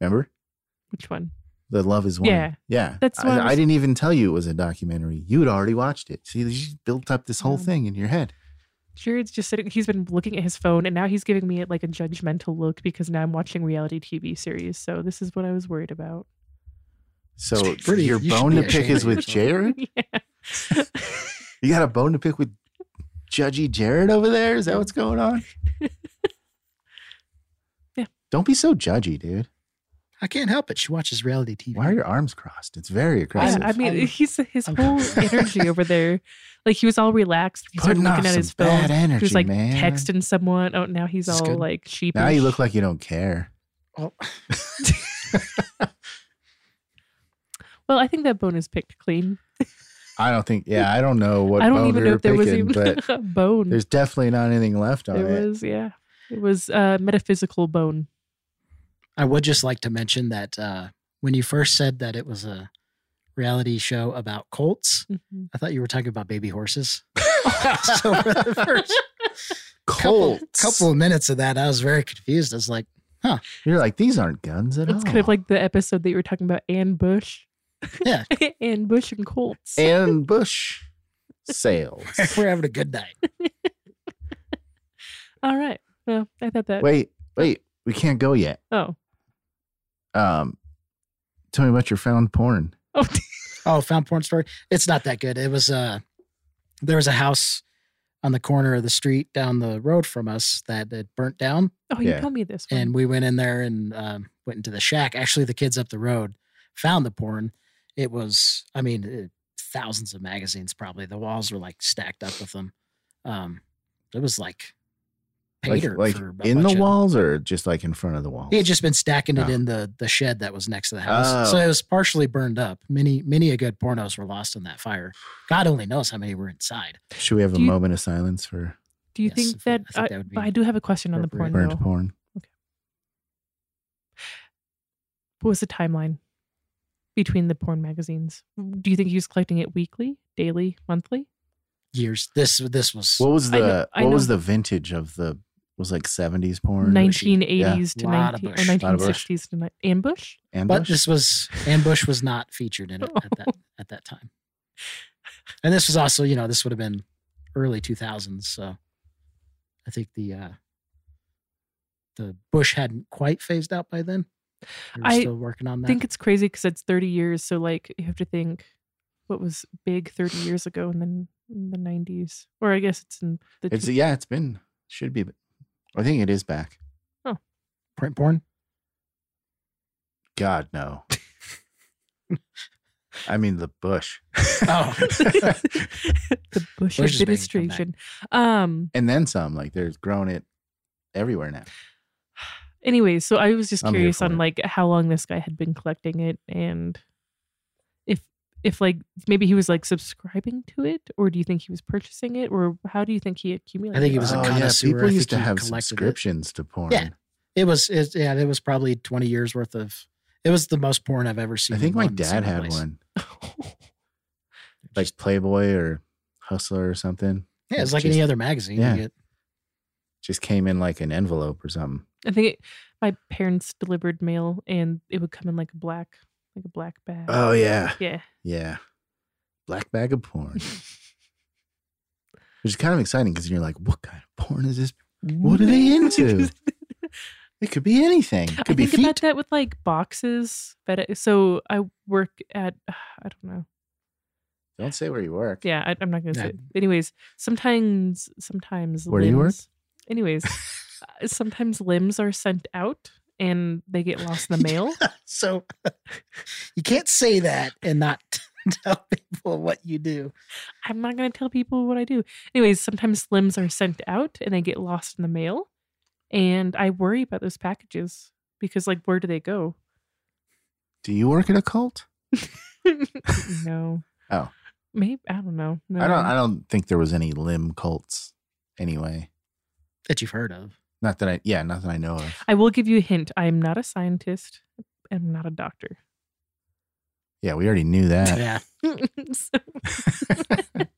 [SPEAKER 2] Remember?
[SPEAKER 3] which one?
[SPEAKER 2] The Love is One.
[SPEAKER 3] Yeah.
[SPEAKER 2] Yeah.
[SPEAKER 3] That's
[SPEAKER 2] I,
[SPEAKER 3] what I was-
[SPEAKER 2] I didn't even tell you it was a documentary. You'd already watched it. See, you built up this whole
[SPEAKER 3] Yeah.
[SPEAKER 2] thing in your head.
[SPEAKER 3] Jared's just sitting. He's been looking at his phone, and now he's giving me like a judgmental look because now I'm watching reality TV series. So this is what I was worried about.
[SPEAKER 2] So
[SPEAKER 1] Pretty-
[SPEAKER 2] your
[SPEAKER 1] you should
[SPEAKER 2] bone
[SPEAKER 1] be
[SPEAKER 2] to pick
[SPEAKER 1] ashamed
[SPEAKER 2] is
[SPEAKER 1] of
[SPEAKER 2] with
[SPEAKER 1] yourself.
[SPEAKER 2] Jared?
[SPEAKER 3] yeah.
[SPEAKER 2] You got a bone to pick with Judgy Jared over there? Is that what's going on?
[SPEAKER 3] Yeah.
[SPEAKER 2] Don't be so judgy, dude.
[SPEAKER 1] I can't help it. She watches reality TV.
[SPEAKER 2] Why are your arms crossed? It's very
[SPEAKER 3] Yeah,
[SPEAKER 2] aggressive.
[SPEAKER 3] I mean,
[SPEAKER 1] I'm-
[SPEAKER 3] he's his
[SPEAKER 1] I'm-
[SPEAKER 3] whole energy over there. Like he was all relaxed. He started
[SPEAKER 2] Putting off
[SPEAKER 3] looking at
[SPEAKER 2] some
[SPEAKER 3] his
[SPEAKER 2] bad
[SPEAKER 3] phone.
[SPEAKER 2] energy,
[SPEAKER 3] He was like
[SPEAKER 2] man.
[SPEAKER 3] texting someone. Oh, now he's
[SPEAKER 1] That's
[SPEAKER 3] all
[SPEAKER 1] good.
[SPEAKER 3] like sheepish.
[SPEAKER 2] Now you look like you don't care.
[SPEAKER 1] Oh,
[SPEAKER 3] Well, I think that bone is picked clean.
[SPEAKER 2] I don't think. Yeah, I don't know what
[SPEAKER 3] I don't
[SPEAKER 2] bone
[SPEAKER 3] even
[SPEAKER 2] we
[SPEAKER 3] know
[SPEAKER 2] were
[SPEAKER 3] if there was
[SPEAKER 2] picking,
[SPEAKER 3] even
[SPEAKER 2] but
[SPEAKER 3] a bone.
[SPEAKER 2] there's definitely not anything left on
[SPEAKER 3] There
[SPEAKER 2] it.
[SPEAKER 3] was, yeah. It was uh, metaphysical bone.
[SPEAKER 1] I would just like to mention that uh, when you first said that it was a reality show about colts,
[SPEAKER 3] Mhm.
[SPEAKER 1] I thought you were talking about baby horses. so for the first couple,
[SPEAKER 2] Colts.
[SPEAKER 1] couple of minutes of that, I was very confused. I was like,
[SPEAKER 2] You're like these aren't guns at
[SPEAKER 3] That's
[SPEAKER 2] all.
[SPEAKER 3] kind of like the episode that you were talking about, Anne Bush.
[SPEAKER 1] Yeah.
[SPEAKER 3] Anne Bush and Colts.
[SPEAKER 2] and Bush sales.
[SPEAKER 1] we're having a good night.
[SPEAKER 3] all right. Well, I thought that.
[SPEAKER 2] wait, wait, we can't go yet.
[SPEAKER 3] Oh.
[SPEAKER 2] Um, tell me about your found porn.
[SPEAKER 3] Oh,
[SPEAKER 1] Oh, found porn story. It's not that good. It was uh there was a house on the corner of the street down the road from us that had burnt down
[SPEAKER 3] oh you
[SPEAKER 2] Yeah.
[SPEAKER 3] told me this one.
[SPEAKER 1] and we went in there and um, went into the shack. Actually, the kids up the road found the porn. It was, I mean, it, thousands of magazines. Probably the walls were like stacked up with them. Um, it was like
[SPEAKER 2] Like,
[SPEAKER 1] pater
[SPEAKER 2] like
[SPEAKER 1] for a
[SPEAKER 2] in
[SPEAKER 1] bunch
[SPEAKER 2] the
[SPEAKER 1] of-
[SPEAKER 2] walls or just like in front of the walls?
[SPEAKER 1] He had just been stacking it
[SPEAKER 2] Oh.
[SPEAKER 1] in the the shed that was next to the house,
[SPEAKER 2] Oh.
[SPEAKER 1] so it was partially burned up. Many many a good pornos were lost in that fire. God only knows how many were inside.
[SPEAKER 2] Should we have a
[SPEAKER 3] Do you-
[SPEAKER 2] moment of silence for
[SPEAKER 3] do you
[SPEAKER 1] Yes,
[SPEAKER 3] think
[SPEAKER 1] if we- I
[SPEAKER 3] that. I,
[SPEAKER 1] think that would be
[SPEAKER 3] I do have a question on the porn,
[SPEAKER 1] appropriate.
[SPEAKER 3] though.
[SPEAKER 2] burnt porn?
[SPEAKER 3] What was the timeline between the porn magazines? Do you think he was collecting it weekly, daily, monthly?
[SPEAKER 1] Years. This this was
[SPEAKER 2] What was
[SPEAKER 3] I know-
[SPEAKER 2] the
[SPEAKER 3] I
[SPEAKER 2] what was
[SPEAKER 3] know.
[SPEAKER 2] the vintage of the was like seventies porn?
[SPEAKER 3] Nineteen eighties to
[SPEAKER 1] Lot of Bush.
[SPEAKER 3] nineteen or
[SPEAKER 1] Lot
[SPEAKER 2] of Bush.
[SPEAKER 3] nineteen sixties to ni- ambush.
[SPEAKER 2] and
[SPEAKER 1] but this was ambush was not featured in it at that at that time. And this was also you know this would have been early two thousands, so I think the uh the Bush hadn't quite phased out by then. They were
[SPEAKER 3] I
[SPEAKER 1] still working on
[SPEAKER 3] I
[SPEAKER 1] that.
[SPEAKER 3] think it's crazy because it's thirty years. So like you have to think what was big thirty years ago, and then in the nineties, or I guess it's in the.
[SPEAKER 2] it's e
[SPEAKER 3] two-
[SPEAKER 2] yeah, it's been should be. I think it is back.
[SPEAKER 1] Print porn.
[SPEAKER 2] God no. I mean the bush.
[SPEAKER 1] Oh.
[SPEAKER 3] the
[SPEAKER 1] Bush is
[SPEAKER 3] Bush
[SPEAKER 1] making a comeback.
[SPEAKER 3] administration. Um.
[SPEAKER 2] and then some. Like there's grown it everywhere now.
[SPEAKER 3] Anyway, so I was just
[SPEAKER 2] I'm here
[SPEAKER 3] curious
[SPEAKER 2] for
[SPEAKER 3] on
[SPEAKER 2] it.
[SPEAKER 3] like how long this guy had been collecting it, and if if like maybe he was like subscribing to it, or do you think he was purchasing it, or how do you think he accumulated?
[SPEAKER 1] I think he
[SPEAKER 3] it?
[SPEAKER 1] was a
[SPEAKER 2] oh, yeah,
[SPEAKER 1] connoisseur. I
[SPEAKER 2] people
[SPEAKER 1] think
[SPEAKER 2] used to
[SPEAKER 1] he
[SPEAKER 2] have
[SPEAKER 1] collected it.
[SPEAKER 2] subscriptions to porn.
[SPEAKER 1] Yeah. It was it, yeah, it was probably 20 years worth of it was the most porn I've ever seen.
[SPEAKER 2] I think
[SPEAKER 1] in
[SPEAKER 2] my
[SPEAKER 1] one
[SPEAKER 2] dad
[SPEAKER 1] single
[SPEAKER 2] had
[SPEAKER 1] place.
[SPEAKER 2] one,
[SPEAKER 1] Just-
[SPEAKER 2] like Playboy or Hustler or something.
[SPEAKER 1] yeah, it's like
[SPEAKER 2] just-
[SPEAKER 1] any other magazine.
[SPEAKER 2] yeah.
[SPEAKER 1] You get
[SPEAKER 2] Just came in like an envelope or something.
[SPEAKER 3] I think it, my parents delivered mail, and it would come in like a black, like a black bag.
[SPEAKER 2] Oh yeah,
[SPEAKER 3] yeah,
[SPEAKER 2] yeah. Black bag of porn, which is kind of exciting because you're like, what kind of porn is this? What are they into? It could be anything. It
[SPEAKER 3] I
[SPEAKER 2] could be
[SPEAKER 3] think about
[SPEAKER 2] feet.
[SPEAKER 3] that with like boxes. But uh, so I work at I don't know.
[SPEAKER 2] Don't say where you work.
[SPEAKER 3] Yeah, I, I'm not gonna say.
[SPEAKER 1] Yeah.
[SPEAKER 3] It. Anyways, sometimes sometimes
[SPEAKER 2] Where do
[SPEAKER 3] limbs,
[SPEAKER 2] you work?
[SPEAKER 3] Anyways, uh, sometimes limbs are sent out and they get lost in the mail.
[SPEAKER 1] so you can't say that and not tell people what you do.
[SPEAKER 3] I'm not going to tell people what I do. Anyways, sometimes slims are sent out and they get lost in the mail. And I worry about those packages because, like, where do they go?
[SPEAKER 2] Do you work at a cult?
[SPEAKER 3] no.
[SPEAKER 2] Oh.
[SPEAKER 3] Maybe. I don't know. No.
[SPEAKER 2] I don't. I don't think there was any limb cults. Anyway,
[SPEAKER 1] That you've heard of.
[SPEAKER 2] not that I. Yeah, not that I know of.
[SPEAKER 3] I will give you a hint. I am not a scientist. I'm not a doctor.
[SPEAKER 2] Yeah, we already knew that.
[SPEAKER 1] Yeah.
[SPEAKER 3] So-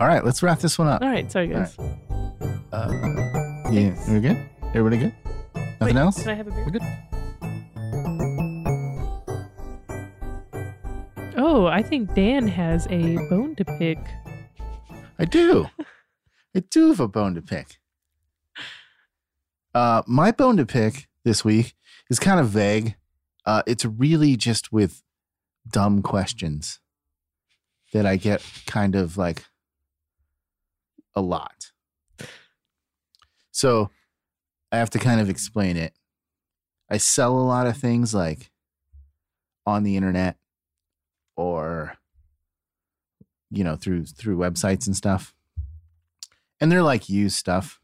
[SPEAKER 2] All right, let's wrap this one up.
[SPEAKER 3] all right. Sorry, guys.
[SPEAKER 2] Uh, yeah, we're good. Everybody good? Nothing
[SPEAKER 3] Wait,
[SPEAKER 2] else?
[SPEAKER 3] Can I have a beer?
[SPEAKER 1] We're good.
[SPEAKER 3] Oh, I think Dan has a bone to pick.
[SPEAKER 2] I do. I do have a bone to pick. Uh, my bone to pick this week is kind of vague. Uh, it's really just with dumb questions that I get kind of like a lot. So I have to kind of explain it I sell a lot of things like on the internet or you know through through websites and stuff. And they're like used stuff.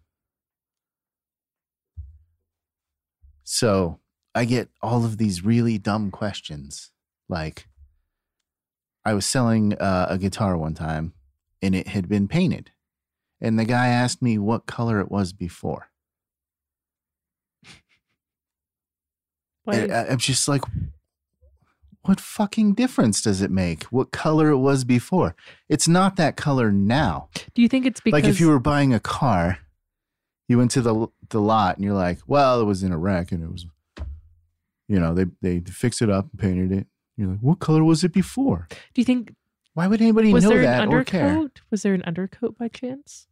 [SPEAKER 2] So, I get all of these really dumb questions like I was selling uh, a guitar one time and it had been painted. And the guy asked me what color it was before.
[SPEAKER 3] Why
[SPEAKER 2] And
[SPEAKER 3] is-
[SPEAKER 2] I, I'm just like, what fucking difference does it make? What color it was before? It's not that color now.
[SPEAKER 3] do you think it's because
[SPEAKER 2] like if you were buying a car, you went to the the lot and you're like, well, it was in a wreck and it was, you know, they they fixed it up and painted it. You're like, what color was it before?
[SPEAKER 3] do you think
[SPEAKER 2] Why would anybody
[SPEAKER 3] was
[SPEAKER 2] know
[SPEAKER 3] there
[SPEAKER 2] that
[SPEAKER 3] an
[SPEAKER 2] or care?
[SPEAKER 3] undercoat? Was there an undercoat by chance?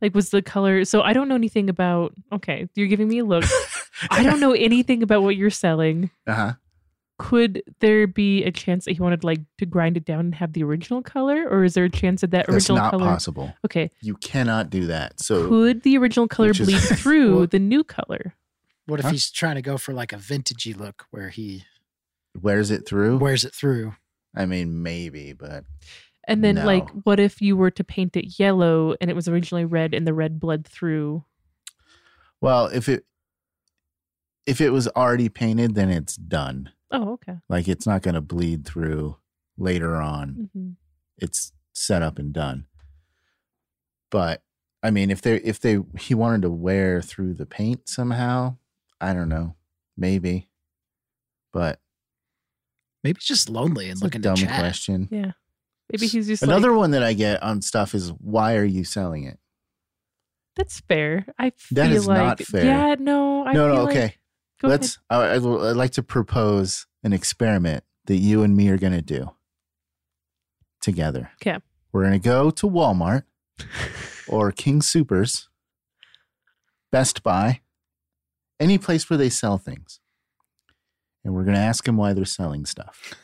[SPEAKER 3] Like was the color so I don't know anything about okay, you're giving me a look. I don't know anything about what you're selling.
[SPEAKER 2] Uh huh.
[SPEAKER 3] Could there be a chance that he wanted like to grind it down and have the original color? Or is there a chance that that
[SPEAKER 2] That's
[SPEAKER 3] original
[SPEAKER 2] not
[SPEAKER 3] color
[SPEAKER 2] possible.
[SPEAKER 3] Okay.
[SPEAKER 2] You cannot do that. So
[SPEAKER 3] Could the original color
[SPEAKER 2] Which is-
[SPEAKER 3] bleed through
[SPEAKER 1] Well-
[SPEAKER 3] the new color?
[SPEAKER 1] What if
[SPEAKER 2] Huh?
[SPEAKER 1] he's trying to go for like a vintagey look where he
[SPEAKER 2] wears it through?
[SPEAKER 1] wears it through?
[SPEAKER 2] I mean, maybe, but
[SPEAKER 3] And then, like,
[SPEAKER 2] No.
[SPEAKER 3] what if you were to paint it yellow and it was originally red and the red bled through?
[SPEAKER 2] well, if it if it was already painted, then it's done.
[SPEAKER 3] Oh, okay.
[SPEAKER 2] Like it's not going to bleed through later on.
[SPEAKER 3] hmm
[SPEAKER 2] It's set up and done. But I mean, if they if they he wanted to wear through the paint somehow, I don't know, maybe. But
[SPEAKER 1] Maybe he's just lonely and
[SPEAKER 2] it's
[SPEAKER 1] looking
[SPEAKER 2] a dumb
[SPEAKER 1] to chat.
[SPEAKER 2] question.
[SPEAKER 3] Yeah. Maybe he's just
[SPEAKER 2] Another
[SPEAKER 3] like,
[SPEAKER 2] one that I get on stuff is why are you selling it?
[SPEAKER 3] that's fair. I feel
[SPEAKER 2] That is
[SPEAKER 3] like,
[SPEAKER 2] not fair.
[SPEAKER 3] yeah, no, I
[SPEAKER 2] no,
[SPEAKER 3] feel
[SPEAKER 2] no,
[SPEAKER 3] like-
[SPEAKER 2] okay.
[SPEAKER 3] go ahead.
[SPEAKER 2] Let's. I, I'd, I'd like to propose an experiment that you and me are going to do together.
[SPEAKER 3] 'Kay.
[SPEAKER 2] We're going to go to Walmart or King Supers, Best Buy, any place where they sell things, and we're going to ask them why they're selling stuff.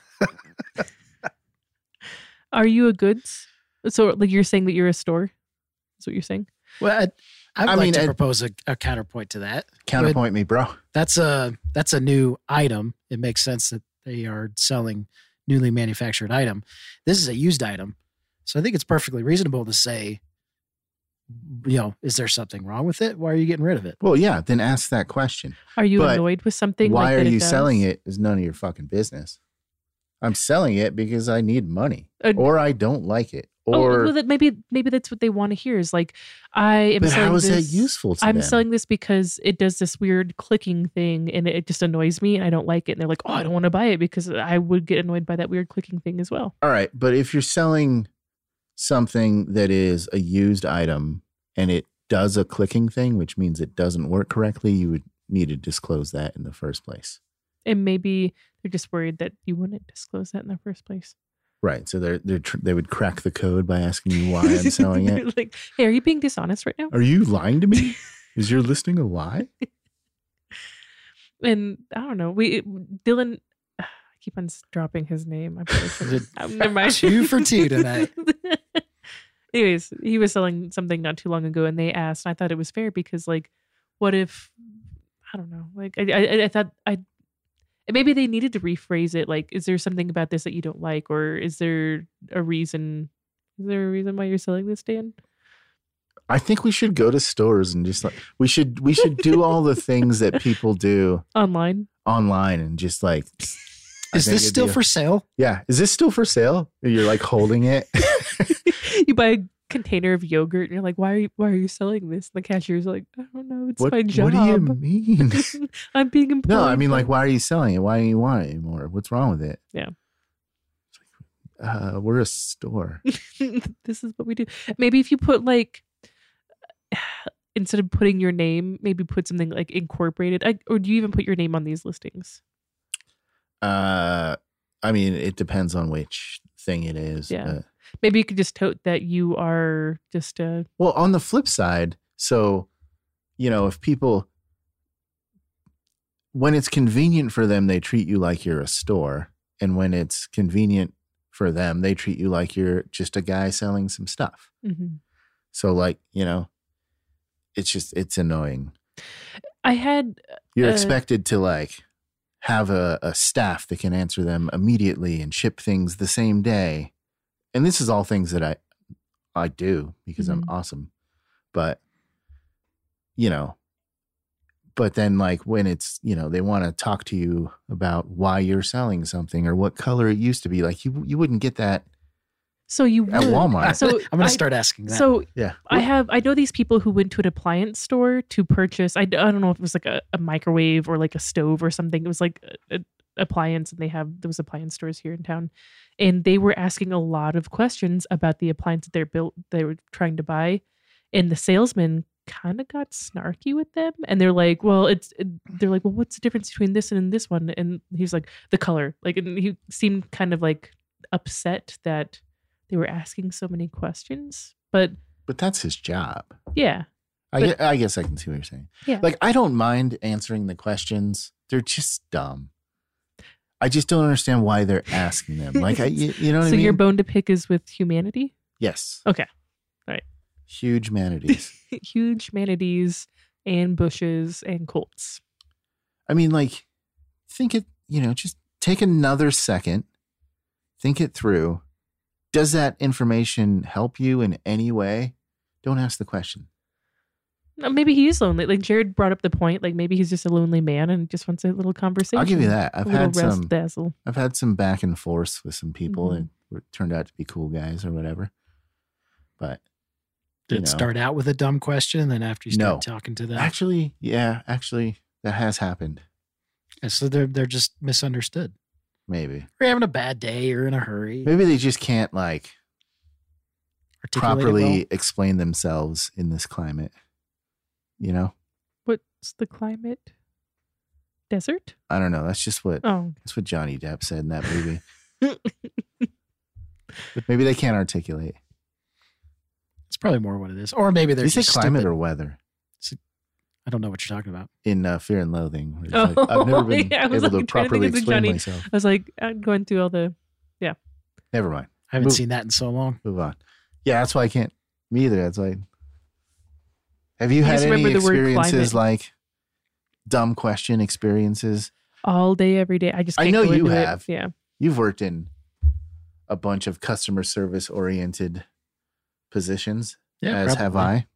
[SPEAKER 3] Are you a goods? So, like, you're saying that you're a store? That's what you're saying?
[SPEAKER 1] Well, I'd, I'd
[SPEAKER 2] I
[SPEAKER 1] like
[SPEAKER 2] mean,
[SPEAKER 1] to
[SPEAKER 2] I-
[SPEAKER 1] propose a, a counterpoint to that.
[SPEAKER 2] Counterpoint me, bro.
[SPEAKER 1] That's a that's a new item. It makes sense that they are selling newly manufactured item. This is a used item, so I think it's perfectly reasonable to say, you know, is there something wrong with it? Why are you getting rid of it?
[SPEAKER 2] Well, yeah. Then ask that question.
[SPEAKER 3] Are you
[SPEAKER 2] But
[SPEAKER 3] annoyed with something?
[SPEAKER 2] why
[SPEAKER 3] like,
[SPEAKER 2] are
[SPEAKER 3] that
[SPEAKER 2] you
[SPEAKER 3] does?
[SPEAKER 2] selling it? Is none of your fucking business. I'm selling it because I need money,
[SPEAKER 3] Uh,
[SPEAKER 2] or I don't like it,
[SPEAKER 3] Oh,
[SPEAKER 2] or
[SPEAKER 3] well, that maybe maybe that's what they want to hear is like, I am
[SPEAKER 2] but
[SPEAKER 3] selling
[SPEAKER 2] how is
[SPEAKER 3] this.
[SPEAKER 2] that useful to
[SPEAKER 3] I'm
[SPEAKER 2] them?
[SPEAKER 3] selling this because it does this weird clicking thing and it just annoys me and I don't like it. And they're like, oh, I don't want to buy it because I would get annoyed by that weird clicking thing as well.
[SPEAKER 2] All right, but if you're selling something that is a used item and it does a clicking thing, which means it doesn't work correctly, you would need to disclose that in the first place.
[SPEAKER 3] And maybe they're just worried that you wouldn't disclose that in the first place.
[SPEAKER 2] Right. So they're they're tr- they would crack the code by asking you why I'm selling it.
[SPEAKER 3] like, hey, are you being dishonest right now?
[SPEAKER 2] Are you lying to me? Is your listing a lie?
[SPEAKER 3] And I don't know. We Dylan, I keep on s- dropping his name. I'm really sorry.
[SPEAKER 1] Did-
[SPEAKER 3] Um, never mind.
[SPEAKER 1] Two for two tonight.
[SPEAKER 3] Anyways, he was selling something not too long ago, and they asked, and I thought it was fair because, like, what if I don't know? Like, I I, I thought I maybe they needed to rephrase it. Like, is there something about this that you don't like, or is there a reason? Is there a reason why you're selling this, Dan?
[SPEAKER 2] I think we should go to stores and just like we should we should do all the things that people do
[SPEAKER 3] Online?
[SPEAKER 2] online and just like I
[SPEAKER 1] Is
[SPEAKER 2] think
[SPEAKER 1] this
[SPEAKER 2] it'd
[SPEAKER 1] still
[SPEAKER 2] be a-
[SPEAKER 1] for sale?
[SPEAKER 2] yeah, is this still for sale? You're like holding it.
[SPEAKER 3] you buy a container of yogurt, and you're like, why are you why are you selling this? And the cashier's like, I don't know. It's my job.
[SPEAKER 2] do you mean?
[SPEAKER 3] I'm being employed.
[SPEAKER 2] no, I mean, like, why are you selling it? Why do you want it anymore? What's wrong with it?
[SPEAKER 3] Yeah.
[SPEAKER 2] It's like, Uh, we're a store.
[SPEAKER 3] this is what we do. Maybe if you put like instead of putting your name, maybe put something like incorporated. I, or do you even put your name on these listings?
[SPEAKER 2] Uh, I mean, it depends on which thing it is.
[SPEAKER 3] Yeah.
[SPEAKER 2] but-
[SPEAKER 3] Maybe you could just tote that you are just a
[SPEAKER 2] Well, on the flip side, so you know, if people when it's convenient for them, they treat you like you're a store, and when it's convenient for them, they treat you like you're just a guy selling some stuff.
[SPEAKER 3] mhm.
[SPEAKER 2] So, like, you know, it's just it's annoying.
[SPEAKER 3] I had
[SPEAKER 2] You're
[SPEAKER 3] Uh,
[SPEAKER 2] expected to like have a, a staff that can answer them immediately and ship things the same day. And this is all things that I I do because I'm
[SPEAKER 3] Mhm.
[SPEAKER 2] awesome. But you know, but then like when it's, you know, they want to talk to you about why you're selling something or what color it used to be, like you you wouldn't get that
[SPEAKER 3] So you
[SPEAKER 2] at
[SPEAKER 3] would-
[SPEAKER 2] Walmart.
[SPEAKER 3] So
[SPEAKER 1] I'm going
[SPEAKER 3] I-
[SPEAKER 1] to start asking that.
[SPEAKER 3] So
[SPEAKER 2] Yeah.
[SPEAKER 3] I have I know these people who went to an appliance store to purchase. I, I don't know if it was like a, a microwave or like a stove or something. It was like an appliance, and they have those appliance stores here in town. And they were asking a lot of questions about the appliance that they're built they were trying to buy, and the salesman kind of got snarky with them. And they're like, "Well, it's they're like, well, what's the difference between this and this one?" And he's like, "The color." Like, and he seemed kind of like upset that they were asking so many questions, but
[SPEAKER 2] But that's his job.
[SPEAKER 3] yeah.
[SPEAKER 2] I,
[SPEAKER 3] But-
[SPEAKER 2] gue- I guess I can see what you're saying.
[SPEAKER 3] Yeah.
[SPEAKER 2] Like, I don't mind answering the questions. They're just dumb. I just don't understand why they're asking them. Like, I, you, you know what
[SPEAKER 3] so
[SPEAKER 2] I mean?
[SPEAKER 3] your bone to pick is with humanity?
[SPEAKER 2] yes.
[SPEAKER 3] Okay. Alright.
[SPEAKER 2] Huge manatees.
[SPEAKER 3] Huge manatees and bushes and colts.
[SPEAKER 2] I mean, like, think it, you know, just take another second, think it through. Does that information help you in any way? Don't ask the question.
[SPEAKER 3] No, Uh, maybe he is lonely. Like Jared brought up the point, like maybe he's just a lonely man and just wants a little conversation.
[SPEAKER 2] I'll give you that. I've
[SPEAKER 3] a little
[SPEAKER 2] had
[SPEAKER 3] razzle
[SPEAKER 2] some.
[SPEAKER 3] dazzle.
[SPEAKER 2] I've had some back and forth with some people
[SPEAKER 3] Mhm.
[SPEAKER 2] and were turned out to be cool guys or whatever. But
[SPEAKER 1] Did
[SPEAKER 2] you
[SPEAKER 1] it
[SPEAKER 2] know.
[SPEAKER 1] start out with a dumb question, and then after you
[SPEAKER 2] No.
[SPEAKER 1] start talking to them,
[SPEAKER 2] actually, yeah, actually, that has happened.
[SPEAKER 1] and so they're they're just misunderstood.
[SPEAKER 2] Maybe.
[SPEAKER 1] You're having a bad day. You're in a hurry.
[SPEAKER 2] Maybe they just can't like
[SPEAKER 1] articulate it
[SPEAKER 2] properly
[SPEAKER 1] well.
[SPEAKER 2] explain themselves in this climate. You know?
[SPEAKER 3] What's the climate? Desert?
[SPEAKER 2] I don't know. That's just what
[SPEAKER 3] Oh.
[SPEAKER 2] that's what Johnny Depp said in that movie. Maybe they can't articulate.
[SPEAKER 1] It's probably more what it is. Or maybe
[SPEAKER 2] Did
[SPEAKER 1] they're
[SPEAKER 2] you say
[SPEAKER 1] just
[SPEAKER 2] climate
[SPEAKER 1] stupid.
[SPEAKER 2] or weather
[SPEAKER 1] I don't know what you're talking about.
[SPEAKER 2] in uh, Fear and Loathing? where it's
[SPEAKER 3] Oh,
[SPEAKER 2] like, I've never been
[SPEAKER 3] yeah, I was
[SPEAKER 2] able to
[SPEAKER 3] like trying to
[SPEAKER 2] properly
[SPEAKER 3] think of the
[SPEAKER 2] explain
[SPEAKER 3] Johnny-
[SPEAKER 2] myself.
[SPEAKER 3] I was like, I'm going through all the
[SPEAKER 2] Never mind.
[SPEAKER 1] I haven't
[SPEAKER 2] Move.
[SPEAKER 1] seen that in so long.
[SPEAKER 2] move on. Yeah, that's why I can't. Me either. That's why. Have you
[SPEAKER 3] I
[SPEAKER 2] had
[SPEAKER 3] just
[SPEAKER 2] any
[SPEAKER 3] remember the word
[SPEAKER 2] experiences
[SPEAKER 3] climate.
[SPEAKER 2] like dumb question experiences?
[SPEAKER 3] all day, every day. I just
[SPEAKER 2] I
[SPEAKER 3] can't
[SPEAKER 2] know
[SPEAKER 3] go
[SPEAKER 2] you
[SPEAKER 3] into it.
[SPEAKER 2] have.
[SPEAKER 3] Yeah.
[SPEAKER 2] You've worked in a bunch of customer service oriented positions, as have
[SPEAKER 1] probably.
[SPEAKER 2] I.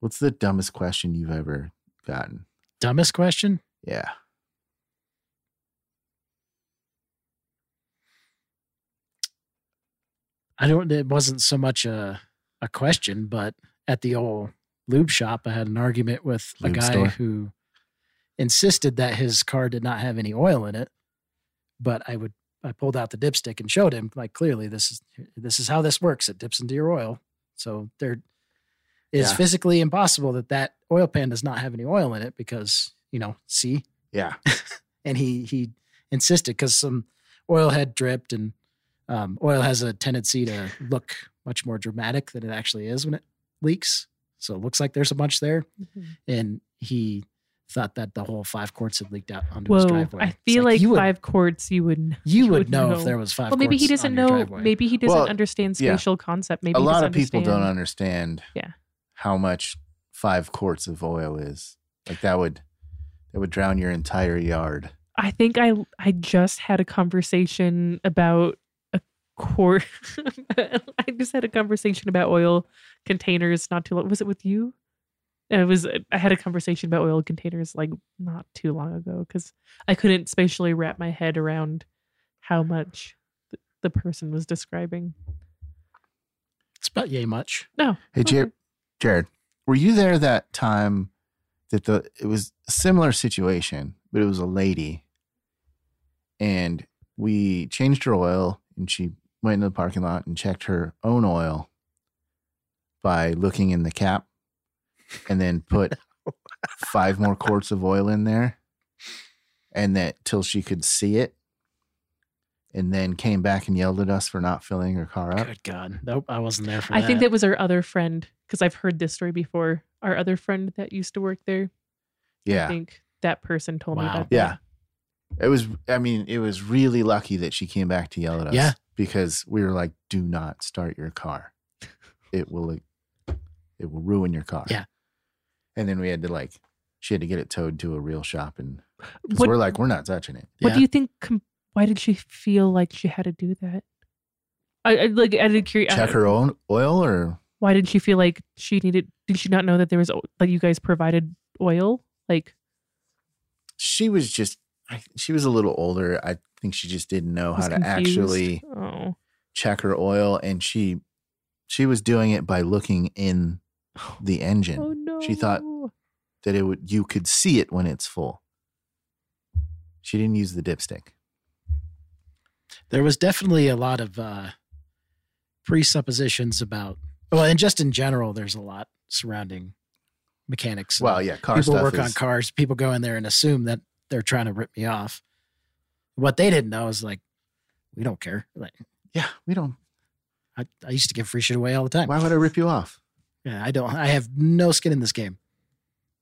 [SPEAKER 2] What's the dumbest question you've ever gotten?
[SPEAKER 1] Dumbest question?
[SPEAKER 2] Yeah.
[SPEAKER 1] I don't. It wasn't so much a a question, but at the old lube shop, I had an argument with
[SPEAKER 2] Lube
[SPEAKER 1] a guy
[SPEAKER 2] store.
[SPEAKER 1] who insisted that his car did not have any oil in it. But I would. I pulled out the dipstick and showed him, like, clearly this is this is how this works. It dips into your oil, so there is
[SPEAKER 2] Yeah.
[SPEAKER 1] physically impossible that that oil pan does not have any oil in it because you know, see,
[SPEAKER 2] Yeah.
[SPEAKER 1] and he he insisted because some oil had dripped and um, oil has a tendency to look much more dramatic than it actually is when it leaks so it looks like there's a bunch there and he thought that the whole five quarts had leaked out onto his
[SPEAKER 3] Whoa.
[SPEAKER 1] driveway
[SPEAKER 3] I
[SPEAKER 1] It's
[SPEAKER 3] feel like,
[SPEAKER 1] you would,
[SPEAKER 3] five quarts you would
[SPEAKER 1] you would
[SPEAKER 3] would
[SPEAKER 1] know, if
[SPEAKER 3] know.
[SPEAKER 1] there was five
[SPEAKER 3] Well, maybe he
[SPEAKER 1] quarts on
[SPEAKER 3] doesn't
[SPEAKER 1] your
[SPEAKER 3] know.
[SPEAKER 1] driveway.
[SPEAKER 3] Maybe he doesn't
[SPEAKER 2] Well,
[SPEAKER 3] understand
[SPEAKER 2] yeah.
[SPEAKER 3] spatial concept. Maybe
[SPEAKER 2] a
[SPEAKER 3] he
[SPEAKER 2] lot
[SPEAKER 3] doesn't
[SPEAKER 2] of people don't
[SPEAKER 3] understand.
[SPEAKER 2] understand
[SPEAKER 3] Yeah.
[SPEAKER 2] how much five quarts of oil is like that would that would drown your entire yard
[SPEAKER 3] I think I I just had a conversation about a quart. I just had a conversation about oil containers not too long. Was it with you? And it was I had a conversation about oil containers like not too long ago because I couldn't spatially wrap my head around how much th- the person was describing.
[SPEAKER 1] it's about yay much
[SPEAKER 3] No.
[SPEAKER 2] hey Jared,
[SPEAKER 3] Okay.
[SPEAKER 2] jared were you there that time that the it was a similar situation but it was a lady and we changed her oil and she went into the parking lot and checked her own oil by looking in the cap and then put five more quarts of oil in there and that till she could see it and then came back and yelled at us for not filling her car up
[SPEAKER 1] good god nope i wasn't there for
[SPEAKER 3] I
[SPEAKER 1] that
[SPEAKER 3] think that was our other friend because I've heard this story before. Our other friend that used to work there, I
[SPEAKER 2] yeah
[SPEAKER 3] think that person told me
[SPEAKER 1] Wow.
[SPEAKER 3] about.
[SPEAKER 2] yeah it was i mean it was really lucky that she came back to yell at us
[SPEAKER 1] Yeah.
[SPEAKER 2] because we were like do not start your car it will it will ruin your car
[SPEAKER 1] Yeah.
[SPEAKER 2] and then we had to like she had to get it towed to a real shop, and 'cause
[SPEAKER 3] What,
[SPEAKER 2] we're like, we're not touching it.
[SPEAKER 3] what
[SPEAKER 1] yeah.
[SPEAKER 3] do you think? Com- why did she feel like she had to do that? I, I like I did curious.
[SPEAKER 2] Check her own oil, or
[SPEAKER 3] uh, Why did she feel like she needed? Did she not know that there was o- that you guys provided oil? Like
[SPEAKER 2] she was just I, she was a little older. I think she just didn't know
[SPEAKER 3] was
[SPEAKER 2] how to
[SPEAKER 3] confused?
[SPEAKER 2] actually
[SPEAKER 3] Oh,
[SPEAKER 2] check her oil, and she she was doing it by looking in the engine
[SPEAKER 3] oh no.
[SPEAKER 2] She thought- that it would you could see it when it's full. She didn't use the dipstick.
[SPEAKER 1] there was definitely a lot of uh, presuppositions about well and just in general there's a lot surrounding mechanics and
[SPEAKER 2] Well, yeah, car
[SPEAKER 1] people
[SPEAKER 2] stuff
[SPEAKER 1] work on
[SPEAKER 2] is-
[SPEAKER 1] cars people go in there and assume that they're trying to rip me off what they didn't know is like we don't care like
[SPEAKER 2] Yeah, we don't.
[SPEAKER 1] I, I used to give free shit away all the time
[SPEAKER 2] Why would I rip you off?
[SPEAKER 1] yeah i don't i have no skin in this game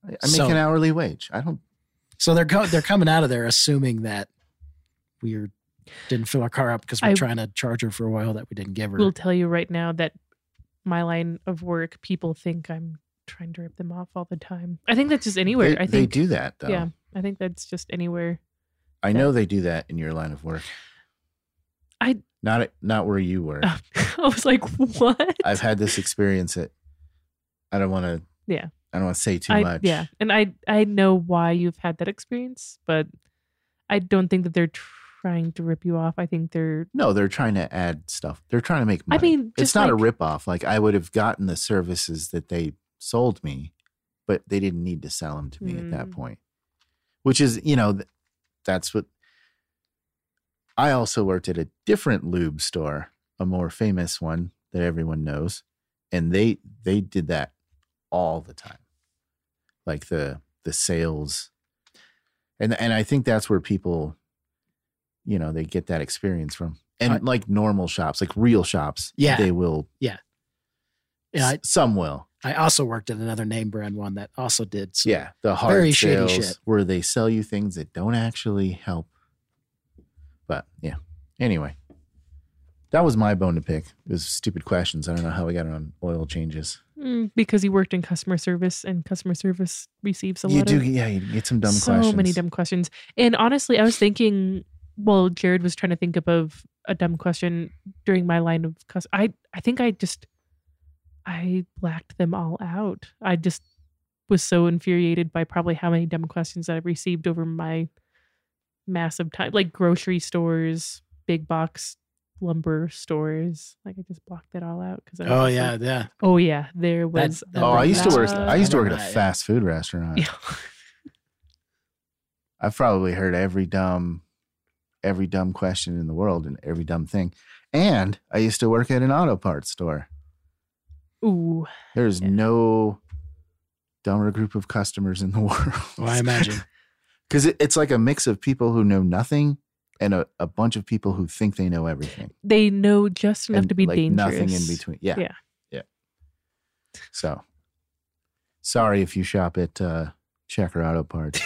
[SPEAKER 2] I, I make
[SPEAKER 1] So-
[SPEAKER 2] an hourly wage. I don't.
[SPEAKER 1] so they're co- they're coming out of there assuming that we're didn't fill our car up because we're
[SPEAKER 3] I-
[SPEAKER 1] trying to charge her for oil that we didn't give her
[SPEAKER 3] We'll tell you right now that my line of work, people think I'm trying to rip them off all the time. I think that's just anywhere.
[SPEAKER 2] They,
[SPEAKER 3] I think
[SPEAKER 2] they do that though.
[SPEAKER 3] Yeah, I think that's just anywhere.
[SPEAKER 2] I know they do that in your line of work.
[SPEAKER 3] I-
[SPEAKER 2] not at- not where you were.
[SPEAKER 3] I was like, what?
[SPEAKER 2] I've had this experience. It. I don't want to.
[SPEAKER 3] Yeah.
[SPEAKER 2] I don't want to say too
[SPEAKER 3] I-
[SPEAKER 2] much.
[SPEAKER 3] Yeah, and I I know why you've had that experience, but I don't think that they're trying to rip you off. I think they're
[SPEAKER 2] No, they're trying to add stuff. They're trying to make
[SPEAKER 3] I
[SPEAKER 2] money.
[SPEAKER 3] mean,
[SPEAKER 2] it's
[SPEAKER 3] just
[SPEAKER 2] not a
[SPEAKER 3] like-
[SPEAKER 2] ripoff. Like I would have gotten the services that they sold me, but they didn't need to sell them to me at that
[SPEAKER 3] Mm.
[SPEAKER 2] point. Which is, you know, th- that's what. I also worked at a different lube store, a more famous one that everyone knows, and they they did that all the time, like the the sales, and and I think that's where people, you know, they get that experience from, and
[SPEAKER 1] I-
[SPEAKER 2] like normal shops, like real shops,
[SPEAKER 1] Yeah.
[SPEAKER 2] they will
[SPEAKER 1] yeah I,
[SPEAKER 2] S- some will.
[SPEAKER 1] I also worked at another name brand one that also did some
[SPEAKER 2] Yeah, the hard
[SPEAKER 1] Very shady
[SPEAKER 2] sales
[SPEAKER 1] shit.
[SPEAKER 2] where they sell you things that don't actually help. But yeah. Anyway, that was my bone to pick. It was stupid questions. I don't know how we got on oil changes.
[SPEAKER 3] mm, because you worked in customer service, and customer service receives a
[SPEAKER 2] you
[SPEAKER 3] lot
[SPEAKER 2] do,
[SPEAKER 3] of
[SPEAKER 2] yeah. You get some dumb
[SPEAKER 3] so
[SPEAKER 2] questions.
[SPEAKER 3] many dumb questions. And honestly, I was thinking, well, Jared was trying to think up of a dumb question during my line of cus- I I think I just I blacked them all out. I just was so infuriated by probably how many dumb questions that I've received over my massive time, like grocery stores, big box lumber stores. Like I just blocked that all out because
[SPEAKER 1] oh yeah yeah
[SPEAKER 3] oh yeah, there was.
[SPEAKER 1] that-
[SPEAKER 3] a
[SPEAKER 2] Oh, I used to work.
[SPEAKER 3] lot.
[SPEAKER 2] I used to work at a
[SPEAKER 1] Uh,
[SPEAKER 2] fast food restaurant.
[SPEAKER 3] Yeah.
[SPEAKER 2] I've probably heard every dumb, every dumb question in the world and every dumb thing. And I used to work at an auto parts store.
[SPEAKER 3] Ooh.
[SPEAKER 2] There's
[SPEAKER 3] Yeah.
[SPEAKER 2] no dumber group of customers in the world.
[SPEAKER 1] well, i imagine
[SPEAKER 2] Because it, it's like a mix of people who know nothing and a, a bunch of people who think they know everything.
[SPEAKER 3] they know just enough
[SPEAKER 2] and
[SPEAKER 3] to be
[SPEAKER 2] like
[SPEAKER 3] dangerous.
[SPEAKER 2] nothing in between. Yeah.
[SPEAKER 3] Yeah.
[SPEAKER 2] Yeah. So sorry if you shop at uh, Checker Auto Parts.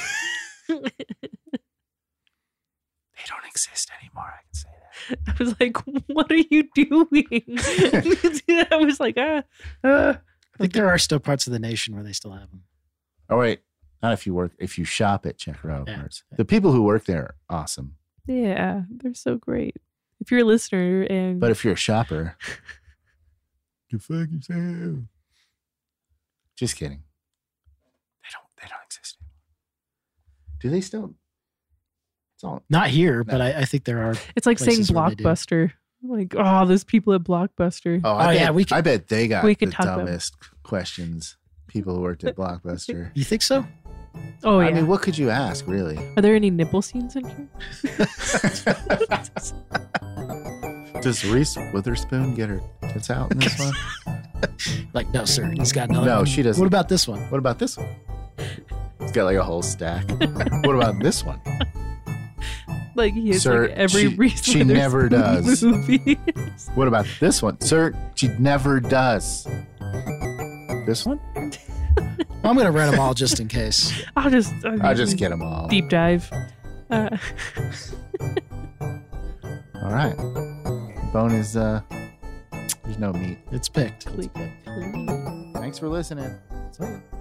[SPEAKER 2] they don't exist anymore. I can say that.
[SPEAKER 3] I was like, "What are you doing?" I was like, "Ah, ah."
[SPEAKER 1] I think there are still parts of the nation where they still have them.
[SPEAKER 2] Oh wait, not if you work. If you shop at Checker Auto
[SPEAKER 1] Yeah.
[SPEAKER 2] Parts, the people who work there are awesome.
[SPEAKER 3] yeah, they're so great." If you're a listener and
[SPEAKER 2] But if you're a shopper, you fuck yourself. Just kidding. They don't. They don't exist anymore. Do they still? It's all.
[SPEAKER 1] Not here, but I, I think there are.
[SPEAKER 3] it's like saying
[SPEAKER 1] places where they do.
[SPEAKER 3] Blockbuster, like, "Oh, those people at Blockbuster."
[SPEAKER 2] Oh, I
[SPEAKER 1] Oh,
[SPEAKER 2] bet,
[SPEAKER 1] yeah, we could-
[SPEAKER 2] I bet they got
[SPEAKER 3] we could
[SPEAKER 2] the
[SPEAKER 3] talk about-
[SPEAKER 2] dumbest questions. People who worked at Blockbuster.
[SPEAKER 1] You think so?
[SPEAKER 3] Oh yeah,
[SPEAKER 2] I mean, what could you ask, really?
[SPEAKER 3] are there any nipple scenes in here?
[SPEAKER 2] Does Reese Witherspoon get her tits out in this one?
[SPEAKER 1] Like, no, sir. He's got another.
[SPEAKER 2] No,
[SPEAKER 1] one.
[SPEAKER 2] she doesn't.
[SPEAKER 1] What about this one?
[SPEAKER 2] What about this one? It's got like a whole stack. what about this one?
[SPEAKER 3] Like he has
[SPEAKER 2] Sir,
[SPEAKER 3] like every
[SPEAKER 2] she-
[SPEAKER 3] reason.
[SPEAKER 2] she never does.
[SPEAKER 3] Movie.
[SPEAKER 2] What about this one? Sir, she never does. This one?
[SPEAKER 1] Well, I'm going to rent them all just in case.
[SPEAKER 3] I'll just, I'll
[SPEAKER 2] I just get them all.
[SPEAKER 3] deep dive. Uh,
[SPEAKER 2] All right. Bone is, uh, there's no meat.
[SPEAKER 1] It's picked.
[SPEAKER 3] click, click.
[SPEAKER 2] Thanks for listening. See ya.